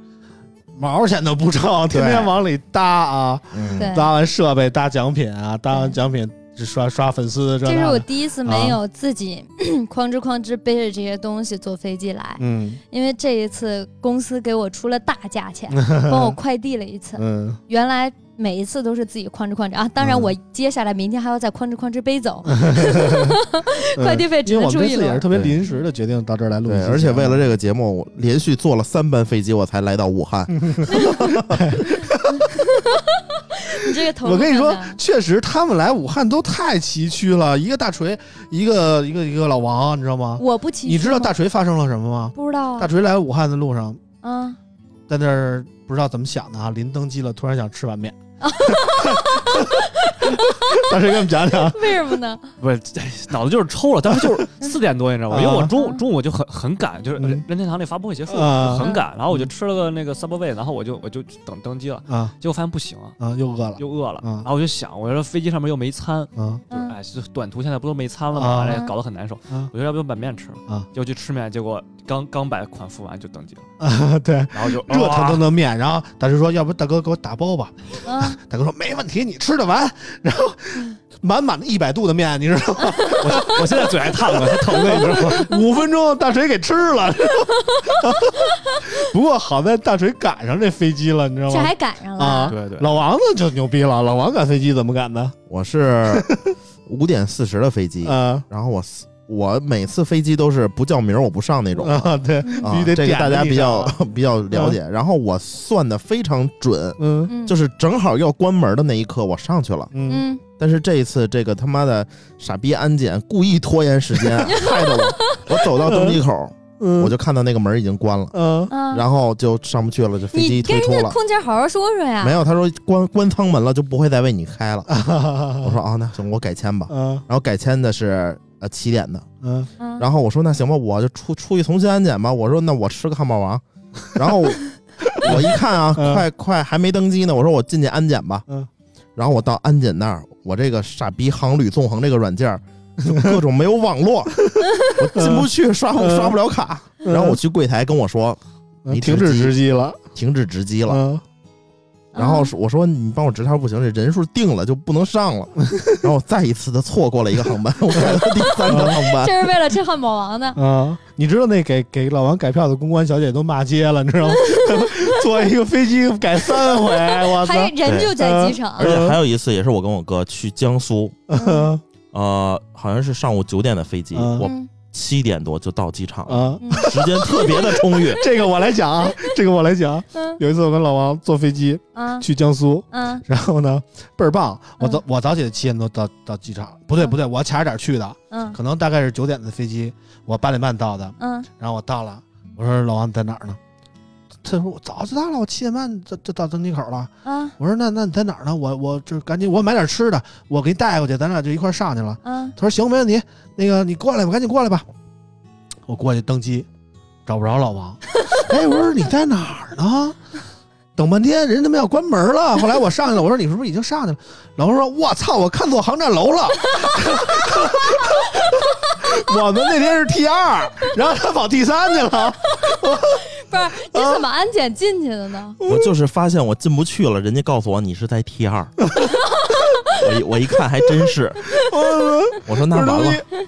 S3: 毛钱都不挣，天天往里搭啊，
S4: 嗯
S2: 对，
S3: 搭完设备，搭奖品啊，搭完
S2: 对
S3: 奖品只刷刷粉丝，
S2: 这是
S3: 那
S2: 我
S3: 的啊
S2: 第一次没有自己 哐哧哐哧背着这些东西坐飞机来，
S3: 嗯
S2: 因为这一次公司给我出了大 价钱，帮我快递了一次。
S3: 嗯，
S2: 原来每一次都是自己哐哧哐哧啊，当然
S3: 嗯
S2: 我接下来明天还要再哐哧哐哧背走，快递费只
S3: 嗯因为
S2: 能
S3: 我们
S2: 出
S3: 这次
S2: 一
S3: 也是
S2: 轮。
S3: 特别临时的决定到这儿来录一期啊
S4: 对，
S3: 节目，
S4: 而且为了这个节目，我连续坐了三班飞机，我才来到武汉。
S2: 你这个头，啊
S3: 我跟你说，确实他们来武汉都太崎岖了，一个大锤，一个一个一个老王，你知道吗？
S2: 我不骑，
S3: 你知道大锤发生了什么吗？
S2: 不知道
S3: 大
S2: 啊？
S3: 锤来武汉的路上，
S2: 啊，
S3: 在那儿不知道怎么想的啊，临登机了，突然想吃 碗面。大锤给我们讲讲，
S2: 为什么呢？
S5: 不是哎脑子就是抽了，当 时就是四点多，你知道吗？
S3: 啊
S5: 因为我中午中午就很很赶，就是
S3: 嗯
S5: 任任天堂那发布会结束
S3: 啊
S5: 我很赶，然后我就吃了个那个 Subway，然后我就我就等登机了，
S3: 啊
S5: 结果发现不 行啊。
S3: 啊，又饿了
S5: 又饿了，
S3: 嗯
S5: 然后我就想，我说飞机上面又没餐，
S3: 啊
S5: 就是
S2: 嗯
S5: 哎，就是短途现在不都没餐了
S3: 啊
S5: 吗？哎，搞得很难受。
S3: 啊
S5: 我就要不就把面吃了
S3: 啊，
S5: 结果去吃面，结果刚刚把款付完就登机了，
S3: 啊！对，
S5: 然后就
S3: 热腾腾
S5: 的。
S3: 的面，然后大锤说：“要不大哥给我打包吧？”
S2: 啊，
S3: 大哥说：“没问题，你吃得完。”然后满满的一百度的面，你知道吗？
S5: 我我现在嘴还烫呢，还疼呢，你知道吗？
S3: 五分钟大锤给吃了。 知道吗不过好在大锤赶上这飞机了，你知道
S2: 这
S3: 吗
S2: 还？赶上
S3: 啊
S2: 了，
S5: 对对，
S3: 老王子就牛逼了，老王赶飞机怎么赶的？
S4: 我是五点四十的飞机，
S3: 啊
S4: 然后我四我每次飞机都是不叫名儿我不上那种。
S3: 啊，对，
S2: 嗯
S3: 必
S4: 啊
S3: 须，得
S4: 这个
S3: 点
S4: 大
S3: 着
S4: 家
S3: 你
S4: 比
S3: 上
S4: 较
S3: 啊
S4: 比较了解。然后我算的非常准，
S3: 嗯
S2: 嗯，
S4: 就是正好要关门的那一刻，我上去了。
S3: 嗯
S2: 嗯
S4: 但是这一次，这个他妈的傻逼安检故意拖延时间，害 得我，我走到登机口，
S3: 嗯，
S4: 我就看到那个门已经关了，
S3: 嗯
S2: 啊，
S4: 然后就上不去了，这飞
S2: 你
S4: 机
S2: 跟人
S4: 退出
S2: 家
S4: 了。
S2: 空姐好好说说呀。
S4: 没有，他说关关舱门了，就不会再为你开了。我说啊，那行，我改签吧。
S3: 嗯
S4: 然后改签的是呃七点的，
S3: 嗯
S2: 嗯，
S4: 然后我说那行吧，我就出出去重新安检吧。我说那我吃个汉堡王，然后我一看啊，
S3: 嗯
S4: 快快还没登机呢，我说我进去安检吧。
S3: 嗯
S4: 然后我到安检那儿，我这个傻逼航旅纵横这个软件儿就各种没有网络，我进不去，刷不
S3: 嗯
S4: 刷不了卡。然后我去柜台跟我说
S3: 嗯
S4: 你
S3: 停止
S4: 直击
S3: 直击了，
S4: 停止值机了，
S3: 嗯
S4: 然
S2: 嗯
S4: 后我说你帮我直条不行，这人数定了就不能 上了。然后我再一次的错过了一个航班，我改到第三
S3: 嗯
S4: 个航班。
S2: 这是为了吃汉堡王呢。
S3: 啊！你知道那给给老王改票的公关小姐都骂街了，你知道吗？ 坐一个飞机改三回，我操
S2: 还！人就在机场
S4: 啊而，且还有一次也是我跟我哥去江苏，
S3: 嗯
S4: 呃，好像是上午九点的飞机，
S3: 嗯
S4: 我
S2: 嗯
S4: 七点多就到机场了，
S3: 啊，。
S2: 嗯
S4: 时间特别的充裕
S3: 这个我来讲啊，这个我来讲。
S2: 嗯
S3: 有一次我跟老王坐飞机
S2: 嗯
S3: 去江苏，
S2: 嗯
S3: 然后呢倍儿棒，我早
S2: 嗯
S3: 我早起七点多到到机场，不对
S2: 嗯
S3: 不对，我卡着点儿去的，
S2: 嗯
S3: 可能大概是九点的飞机，我八点半到的，
S2: 嗯
S3: 然后我到了，我说老王你在哪儿呢？他说我早就到了，我七点半就就到登机口了。
S2: 嗯
S3: 我说那那你在哪儿呢？我我这赶紧我买点吃的，我给你带过去，咱俩就一块儿上去了。
S2: 嗯
S3: 他说行，没问题，那个你过来吧，赶紧过来吧。我过去登机，找不着老王。 哎，我说你在哪儿呢？等半天，人他妈要关门了。后来我上去了，我说你是不是已经上去了？老王说：“我操，我看错航站楼了。” 我们那天是 T 二，然后他跑 T 三去了。
S2: 不是，你怎么安检进去的呢？
S4: 我就是发现我进不去了，人家告诉我你是在 T 二。 我一我一看还真是，我说那完了，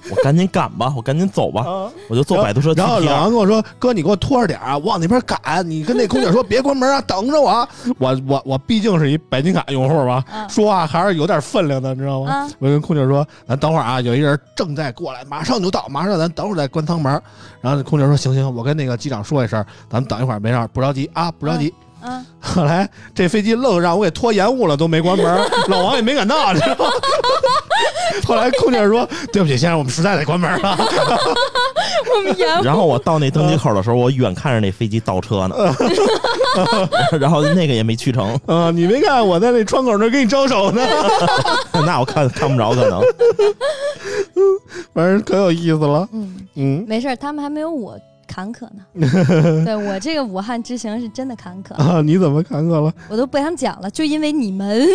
S4: 我赶紧赶吧，我赶紧走吧，我就坐摆渡车去
S3: 嗯然后
S4: T
S3: 老
S4: 二
S3: 王。跟我说：“哥，你给我拖着点儿啊，往那边赶。你跟那空姐说别关门啊，等着我啊。我我我毕竟是一白金卡用户吧，
S2: 嗯
S3: 说话还是有点分量的，你知道吗？
S2: 嗯
S3: 我跟空姐说：“咱等会儿啊，有一人正在过来，马上就到，马上咱等会儿再关舱门。”然后那空姐说：“行行，我跟那个机长说一声，咱们等一会儿，没事儿，不着急啊，不着急。
S2: 嗯，
S3: 后来这飞机愣让我给拖延误了，都没关门，老王也没赶到，你知道吗？后来空姐说：“对不起，先生，我们实在得关门了。”
S2: 我们延误
S4: 然后我到那登机口的时候，我远看着那飞机倒车呢，
S3: 嗯
S4: 然后那个也没去成，
S3: 啊，你没看我在那窗口那儿给你招手呢，
S4: 那我看看不着可能。
S3: 反正可有意思了。
S2: 嗯，
S3: 嗯，
S2: 没事儿，他们还没有我坎坷 呢。对我这个武汉之行是真的坎坷，
S3: 啊，你怎么看过了？
S2: 我都不想讲了，就因为你们，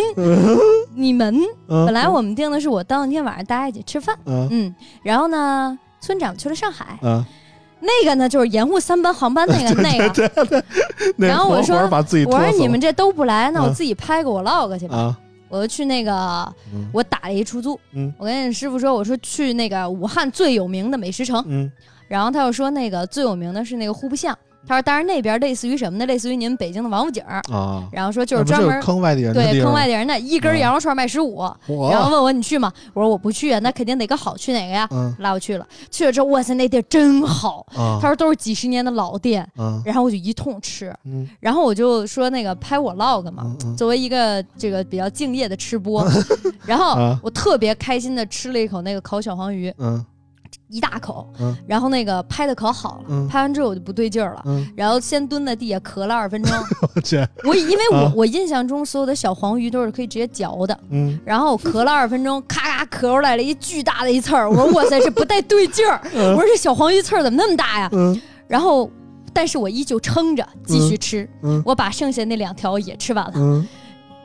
S2: 你们
S3: 嗯，
S2: 本来我们定的是我当天晚上大家一起吃饭，
S3: 嗯
S2: 嗯，然后呢，村长去了上海，
S3: 嗯，
S2: 那个呢就是延误三班航班那 个那个，
S3: 那
S2: 然后我
S3: 活活
S2: 说
S3: 把自己
S2: 我
S3: 拖
S2: 说
S3: 死
S2: 你们这都不来，那我
S3: 嗯
S2: 自己拍个我 log 去
S3: 了
S2: 吧，
S3: 啊，
S2: 我就去那个
S3: 嗯
S2: 我打了一出租，
S3: 嗯
S2: 我跟师傅说我说去那个武汉最有名的美食城，
S3: 嗯
S2: 然后他又说那个最有名的是那个户部巷，他说当然那边类似于什么呢？类似于您北京的王府井儿，
S3: 啊，
S2: 然后说就
S3: 那
S2: 是
S3: 不是
S2: 专门
S3: 有坑外地人的
S2: 对
S3: 地
S2: 坑
S3: 方
S2: 外地人的，一根
S3: 嗯
S2: 羊肉串卖十五，
S3: 我
S2: 然后问我你去吗？我说我不去啊，那肯定哪个好去哪个呀。
S3: 嗯
S2: 拉我去了，去了之后，哇塞，那地儿真好。
S3: 啊
S2: 他说都是几十年的老店，
S3: 嗯
S2: 然后我就一通吃，
S3: 嗯
S2: 然后我就说那个拍我 log 嘛
S3: 嗯，嗯
S2: 作为一个这个比较敬业的吃播， 然后
S3: 啊
S2: 我特别开心的吃了一口那个烤小黄鱼，
S3: 嗯
S2: 一大口，
S3: 嗯
S2: 然后那个拍的可好了，
S3: 嗯
S2: 拍完之后我就不对劲儿了。
S3: 嗯，
S2: 然后先蹲在地下咳了二十 分钟，
S3: 我去，
S2: 我以因为我、
S3: 啊
S2: 我印象中所有的小黄鱼都是可以直接嚼的，
S3: 嗯
S2: 然后我咳了二十分钟，咔咔咳出来了一巨大的一刺儿，我说哇塞，这 不太对 劲儿，我说这小黄鱼刺儿怎么那么大呀？
S3: 嗯
S2: 然后，但是我依旧撑着继续吃，
S3: 嗯嗯
S2: 我把剩下那两条也吃完了，
S3: 嗯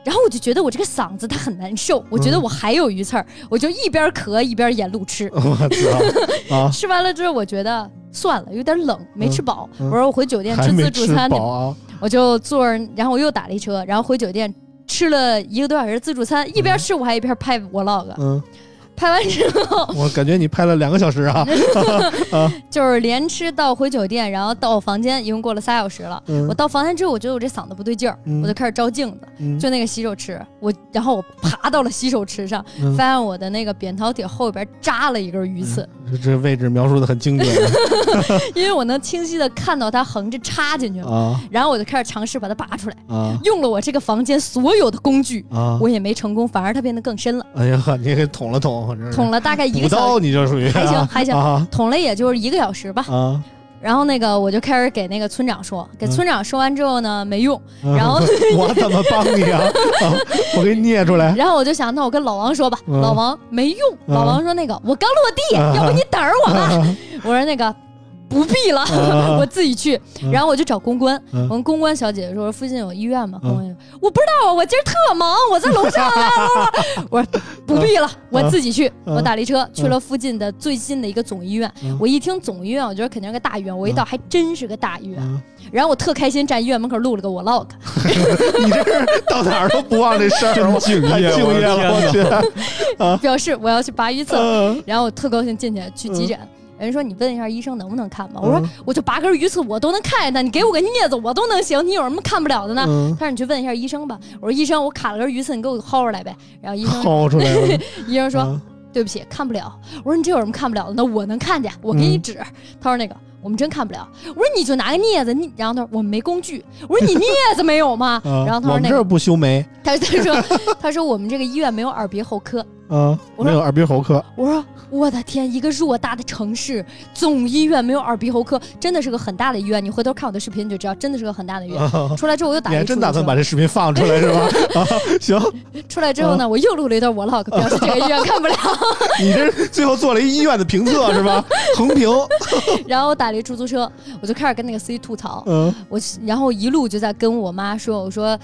S2: 然后我就觉得我这个嗓子它很难受，我觉得我还有鱼刺儿，我就一边咳一边沿路吃，
S3: 我操 啊，
S2: 吃完了之后我觉得算了，有点冷，没吃饱，
S3: 嗯嗯
S2: 我说我回酒店
S3: 还
S2: 吃
S3: 没
S2: 自助
S3: 吃
S2: 餐去吧
S3: 饱。啊，
S2: 我就坐着，然后我又打了一车，然后回酒店吃了一个多小时自助餐，一边吃我还一边拍 vlog，、
S3: 嗯
S2: 拍完之后，
S3: 我感觉你拍了两个小时 啊，
S2: 就是连吃到回酒店，然后到房间，一共过了仨小时了。
S3: 嗯
S2: 我到房间之后，我觉得我这嗓子不对劲儿，
S3: 嗯
S2: 我就开始照镜子，
S3: 嗯
S2: 就那个洗手池，我然后我爬到了洗手池上，
S3: 嗯
S2: 发现我的那个扁桃体后边扎了一根鱼刺，
S3: 这这位置描述的很精准
S2: 因为我能清晰的看到它横着插进去了。
S3: 啊
S2: 然后我就开始尝试把它拔出来，
S3: 啊
S2: 用了我这个房间所有的工具，
S3: 啊！
S2: 我也没成功，反而它变得更深了，
S3: 哎呀呵，你给捅了嗯捅，这是
S2: 捅了大概一
S3: 补
S2: 个小
S3: 刀，
S2: 时，
S3: 你就属于
S2: 还行还行
S3: 啊
S2: 捅了也就是一个小时吧。
S3: 啊！
S2: 然后那个我就开始给那个村长说，给
S3: 嗯
S2: 村长说完之后呢，没用，
S3: 嗯
S2: 然后
S3: 我怎么帮你啊？ 啊我给你捏出 来
S2: 然后我就想，那我跟老王说吧，
S3: 哎嗯
S2: 老王没用，
S3: 嗯
S2: 老王说那个我刚落地，
S3: 啊
S2: 要不你等着我吧，我说那个。不必了，
S3: 啊
S2: 我自己去。
S3: 嗯
S2: 然后我就找公关，
S3: 嗯
S2: 我跟公关小姐姐说：“附近有医院吗？”
S3: 嗯
S2: 公关姐姐说：“我不知道啊，我今儿特忙，我在楼上 来了。”我说：“不必了，我自己去。”
S3: 嗯
S2: 我打了一车去了附近的最近的一个总医院
S3: 嗯。
S2: 我一听总医院，我觉得肯定是个大医院。我一到，还真是个大医院。
S3: 啊！
S2: 然后我特开心，站医院门口录了个 vlog。
S3: 你这是 到哪儿都不忘这事儿，我
S6: 敬
S3: 太
S6: 业，
S3: 敬业
S6: 我
S3: 了，
S6: 的
S3: 我
S6: 天
S3: 去
S6: 哪！
S3: 啊
S2: 表示我要去拔鱼刺，
S3: 嗯
S2: 然后我特高兴进去去急诊。人说你问一下医生能不能看吧，我说
S3: 嗯
S2: 我就拔根鱼刺我都能看见它，你给我个镊子我都能行，你有什么看不了的呢？
S3: 嗯，
S2: 他说你去问一下医生吧。我说医生，我卡了根鱼刺，你给我薅出来呗。然后医生
S3: 薅出来了。
S2: 医生 说
S3: 啊
S2: 对不起看不了。我说你这有什么看不了的？那我能看见，我给你
S3: 嗯
S2: 指。他说那个我们真看不了。我说你就拿个镊子，你然后他说我们没工具。我说你镊子没有吗？
S3: 啊
S2: 然后他
S3: 我
S2: 说
S3: 们
S2: 那
S3: 这儿
S2: 个
S3: 不修 眉，
S2: 他他说 他说我们这个医院没有耳鼻喉科。
S3: 嗯，
S2: 我
S3: 没
S2: 说
S3: 有耳鼻喉科，
S2: 我说我的天，一个偌大的城市总医院没有耳鼻喉科，真的是个很大的医院。你回头看我的视频你就知道，真的是个很大的医院。
S3: 啊
S2: 出来之后我 又打
S3: 你
S2: 了一
S3: 还
S2: 出
S3: 真
S2: 租
S3: 打算把
S2: 车，
S3: 这视频放出来是 吧？啊，行，
S2: 出来之后呢，我又录了一段 vlog，表示这个医院看不了。
S3: 你这是最后做了一医院的评测是吧？横 评，
S2: 然后我打了一出租车，我就开始跟那个司机吐槽，
S3: 嗯
S2: 我然后一路就在跟我妈说，我说。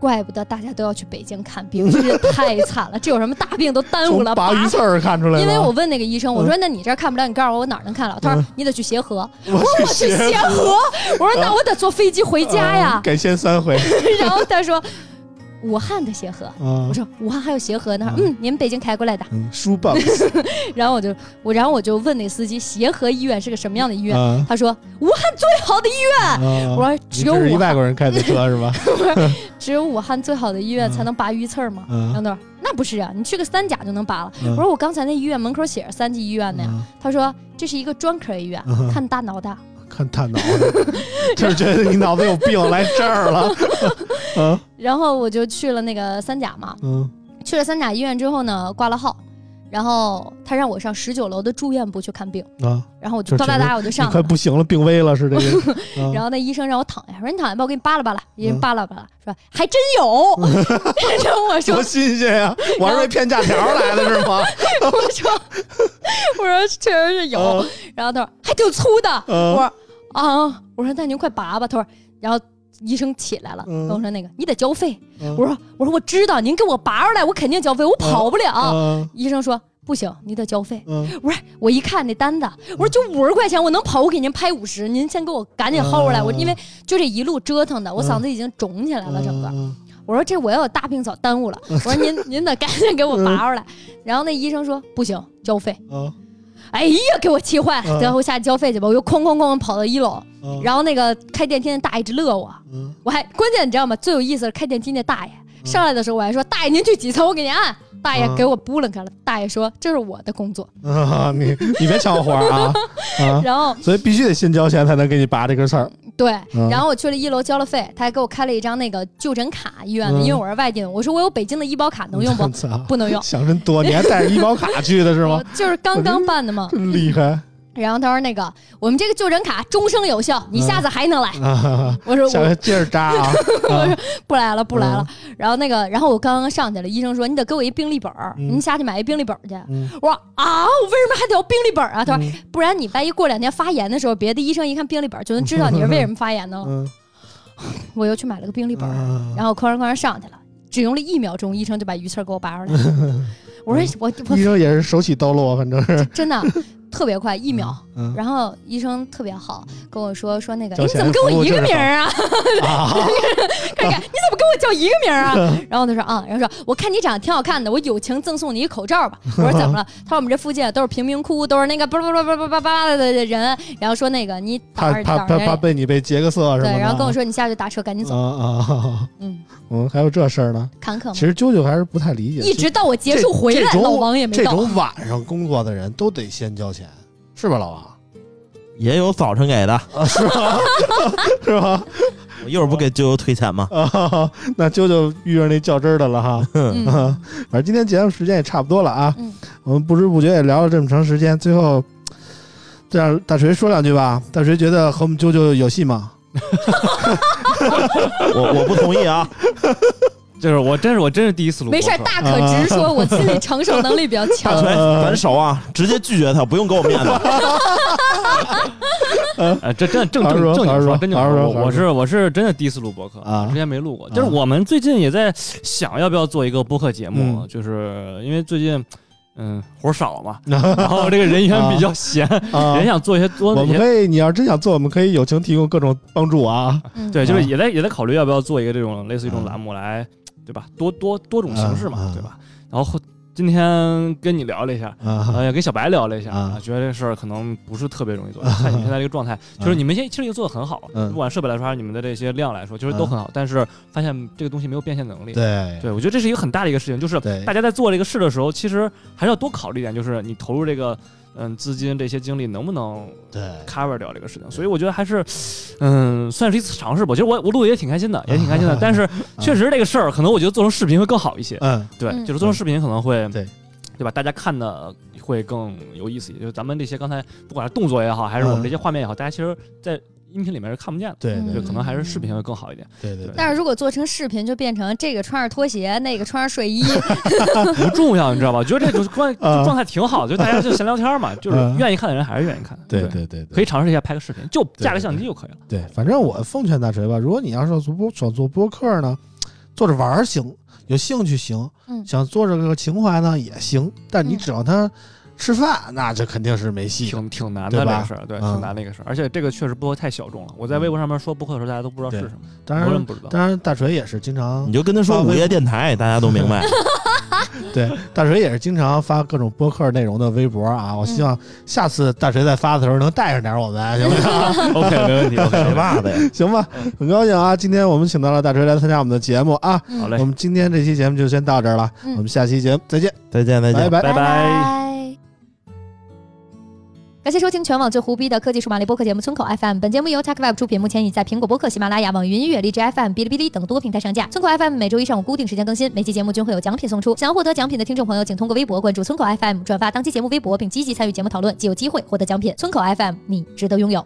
S2: 怪不得大家都要去北京看病，真是太惨了！这有什么大病都耽误
S3: 从
S2: 了，
S3: 拔鱼刺儿看出来了，
S2: 因为我问那个医生，我说：“那你这儿看不了，你告诉我我哪儿能看了？”他说
S3: 嗯：“
S2: 你得去协和。”
S3: 我
S2: 我说：“我去
S3: 去
S2: 协和。”我说：“那我得坐飞机回家呀。
S3: 嗯改签三 回
S2: 然后他说：“武汉的协和。”
S3: 啊
S2: 我，说：“武汉还有协和呢？”
S3: 嗯
S2: 嗯，你们北京开过来的。
S3: 嗯，书 报
S2: 然后我就我，然后我就问那司机，协和医院是个什么样的医院？
S3: 啊
S2: 他说：“武汉最好的医院。”
S3: 啊，
S2: 我说：“
S3: 你
S2: 只有
S3: 这是一
S2: 武
S3: 外
S2: 汉，
S3: 国人开的车 是吧？
S2: 只有武汉最好的医院
S3: 嗯
S2: 才能拔鱼刺儿吗？”
S3: 嗯
S2: 然后他说：“那不是啊，你去个三甲就能拔了。”
S3: 嗯
S2: 我说：“我刚才那医院门口写着三级医院的呀。
S3: 啊
S2: 他说：“这是一个专科医院，
S3: 嗯
S2: 看大脑的。
S3: 看大脑的， 就是觉得你脑子有病来这儿 了，嗯”
S2: 然后我就去了那个三甲嘛，
S3: 嗯
S2: 去了三甲医院之后呢，挂了号，然后他让我上十九楼的住院部去看病，
S3: 啊，
S2: 然后我
S3: 就
S2: 就哒哒
S3: 觉得
S2: 哒我就
S3: 你
S2: 上
S3: 快
S2: 了。
S3: 不行了，病危了是这 个，啊
S2: 然后那医生让我躺下，说你躺下吧，我给你扒拉扒拉，一人
S3: 嗯
S2: 扒拉扒拉，说还真 有。然后我说
S3: 多新鲜 呀！我是为骗假条来的是吗？
S2: 我说我说确实 是有，
S3: 嗯
S2: 然后他说还挺粗的，
S3: 嗯
S2: 我说啊，我说那您快拔吧，他说，然后医生起来了，
S3: 嗯
S2: 跟我说那个你得交费，
S3: 嗯
S2: 我说我说我知道，您给我拔出来，我肯定交费，我跑不了。
S3: 嗯
S2: 医生说不行，你得交费。
S3: 嗯
S2: 我说哎我一看那单子，我说就五十块钱，我能跑，我给您拍五十，您先给我赶紧薅出来。
S3: 嗯
S2: 我因为就这一路折腾的，我
S3: 嗯
S2: 嗓子已经肿起来了，整个。
S3: 嗯
S2: 我说这我要有大病早耽误了。我说 您您得赶紧给我拔出来。然后那医生说不行，交费。
S3: 嗯
S2: 哎呀，给我气坏了！
S3: 嗯
S2: 然后我下去交费去吧，我又哐哐哐跑到一楼，
S3: 嗯，
S2: 然后那个开电梯那大爷一直乐我，
S3: 嗯
S2: 我还关键你知道吗？最有意思的是开电梯那大爷上来的时候，我还说大爷您去几层，我给您按。大爷
S3: 嗯
S2: 给我拨楞开了，大爷说这是我的工作，
S3: 嗯，你你别抢我活儿 啊啊！
S2: 然后
S3: 所以必须得先交钱才能给你拔这根刺儿。
S2: 对，
S3: 嗯
S2: 然后我去了一楼交了费，他还给我开了一张那个就诊卡，医院的，
S3: 嗯？
S2: 因为我是外地的。我说我有北京的医保卡，能用不
S3: 操
S2: 不能用，
S3: 想真多，你还带着医保卡去的是
S2: 我
S3: 吗？
S2: 就是刚刚办的嘛。
S3: 真 厉害
S2: 然后他说那个我们这个就诊卡终生有效，你下次还能来。
S3: 嗯啊！
S2: 我说
S3: 下嗯
S2: 我
S3: 回接着扎啊！啊
S2: 不来了，不来了。然后那个，然后我刚刚上去了，医生说你得给我一病历本儿，
S3: 嗯
S2: 你下去买一病历本儿去。
S3: 嗯
S2: 我说啊，我为什么还得要病历本儿啊？他说，
S3: 嗯
S2: 不然你万一过两天发炎的时候，别的医生一看病历本儿就能知道你是为什么发炎的了。
S3: 嗯，
S2: 我又去买了个病历本儿，
S3: 啊
S2: 然后哐啷哐啷上去了，只用了一秒钟，医 生就把鱼刺儿给我拔出来了。我说我
S3: 嗯医
S2: 我
S3: 生也是手起刀落，反正是
S2: 真的特别快，一秒。
S3: 嗯，
S2: 然后医生特别好，跟我说说那个，哎
S3: 交
S2: 你
S3: 钱
S2: 怎么跟我
S3: 服务
S2: 一个
S3: 就是
S2: 名儿啊？
S3: 嗯啊，
S2: 看看你怎么跟我叫一个名儿啊？ 然后他说啊，然后说我看你长得挺好看的，我友情赠送你一口罩吧。我说怎么了？他说我们这附近都是贫民窟，都是那个叭叭叭叭叭叭叭的人，然后说那个你打
S3: 怕怕
S2: 打
S3: 怕怕
S2: 人，
S3: 被你被劫个色什么
S2: 对
S3: 的，，
S2: 然后跟我说你下去打车赶紧走，
S3: 啊啊啊，
S2: 嗯，
S3: 嗯，还有这事儿呢。
S2: 坎坷
S3: 其
S2: 嘛。
S3: 实啾啾还是不太理解，
S2: 一直到我结
S3: 这
S2: 束回来
S3: 这，种
S2: 老王也没
S3: 这
S2: 到。
S3: 种晚上工作的人都得先交钱，是吧，老王？
S4: 也有早晨给的，
S3: 是吧？
S4: 我一会儿不给舅舅退钱吗？
S3: 啊，那啾啾遇上那较真儿的了哈。
S2: 嗯，
S3: 反正今天节目时间也差不多了啊，
S2: 嗯
S3: 我们不知不觉也聊了这么长时间，最后这样大锤说两句吧。大锤觉得和我们啾啾有戏吗？
S4: 我我不同意啊！
S5: 就是我真是我真是第一次录播
S2: 没事
S5: 客，
S2: 儿，大可直说，我心理承受能力比较
S4: 大
S2: 强。
S4: 锤，反手啊，直接拒绝他，不用给我 面子。
S5: 呃，这真的正
S3: 好好
S5: 正
S3: 说
S5: 正
S3: 好好
S5: 经
S3: 说
S5: 真正
S3: 好好说
S5: 我
S3: 好好
S5: 我是我是真的第一次录播客
S3: 啊
S5: 之前没录过。
S3: 啊
S5: 就是我们最近也在想要不要做一个播客节目
S3: 嗯，
S5: 就是因为最近嗯活儿 少嘛，然后这个人员比较闲，
S3: 啊
S5: 人，想做一些多
S3: 我
S5: 一
S3: 们
S5: 些。
S3: 可以，你要真想做，我们可以友情提供各种帮助啊。
S2: 嗯
S5: 对，就是
S3: 啊
S5: 也在也在考虑要不要做一个这种类似于这种
S3: 啊
S5: 栏目来，对吧？多多多种形式
S3: 啊
S5: 嘛
S3: 啊，
S5: 对吧？然后今天跟你聊了一下，
S3: 啊
S5: 呃，跟小白聊了一下，
S3: 啊
S5: 啊，觉得这事儿可能不是特别容易做。 看你们现在这个状态，就是你们现其实已经做的很好，
S3: 啊嗯啊
S5: 不管设备来说还是你们的这些量来说，就是都很好。但是发现这个东西没有变现能力。
S3: 对
S5: 对，我觉得这是一个很大的一个事情，就是
S3: 对
S5: 大家在做这个事的时候，其实还是要多考虑一点，就是你投入这个嗯资金这些精力能不能
S3: 对
S5: cover 掉这个事情。所以我觉得还是嗯算是一次尝试吧。其实我我录的也挺开心的，也挺开 心的。但是确实这个事儿，可能我觉得做成视频会更好一些。
S3: 嗯，
S5: 对，
S2: 嗯
S5: 就是做成视频可能会、
S3: 对。
S5: 对吧？大家看的会更有意思一些。就是咱们这些刚才不管是动作也好，还是我们这些画面也好，大家其实，在音频里面是看不见的，
S3: 对
S2: 嗯
S3: 嗯对
S5: 就可能还是视频会更好一点。
S3: 对对对，
S2: 但是如果做成视频，就变成这个穿着拖鞋，那个穿着 睡衣，
S5: 不重要，你知道吧？我觉得这种关
S3: 啊
S5: 状态挺好，就大家就闲聊天嘛，就是
S3: 嗯
S5: 愿意看的人还是愿意看。
S3: 对
S5: 对，
S3: 对对对，
S5: 可以尝试一下拍个视频，就架个相
S3: 对
S5: 机就可以了。
S3: 对，反正我奉劝大锤吧，如果你要是做播想做播客呢，做着玩儿行，有兴趣行，
S2: 嗯
S3: 想做这个情怀呢也行，但你
S2: 嗯
S3: 指望他吃饭，那这肯定是没戏的。
S5: 挺挺难
S3: 对
S5: 的这
S3: 吧
S5: 个事儿，对，
S3: 嗯
S5: 挺难的一个事儿，而且这个确实播客太小众了。我在微博上面说播客的时候，大家都不知道是
S3: 对
S5: 什么，
S3: 当
S5: 很多人
S3: 然，
S5: 不知道。
S3: 当然大锤也是经常
S4: 你就跟他 说午夜电台，大家都明白。
S3: 对大锤也是经常发各种播客内容的微博啊。
S2: 嗯
S3: 我希望下次大锤再发的时候能带上点儿我们，啊行不行？
S5: OK，没问 题
S4: 谁
S5: ，OK，
S4: 爸的呀？
S2: 嗯
S3: 行吧，很高兴啊，今天我们请到了大锤来参加我们的节目啊。
S2: 嗯
S5: 好嘞
S3: 我，们今天这期节目就先到这儿了，
S2: 嗯
S3: 我们下期节目再见，
S4: 再见，再见。
S3: 拜拜。
S5: 拜
S2: 拜。感谢收听全网最胡逼的科技数码类播客节目《村口 FM》。本节目由 TechWeb 出品，目前已在苹果播客、喜马拉雅、网易云音乐、荔枝 FM、哔哩哔哩等多平台上架。村口 FM 每周一上午固定时间更新，每期节目均会有奖品送出。想要获得奖品的听众朋友，请通过微博关注村口 FM，转发当期节目微博，并积极参与节目讨论，即有机会获得奖品。村口 FM，你值得拥有。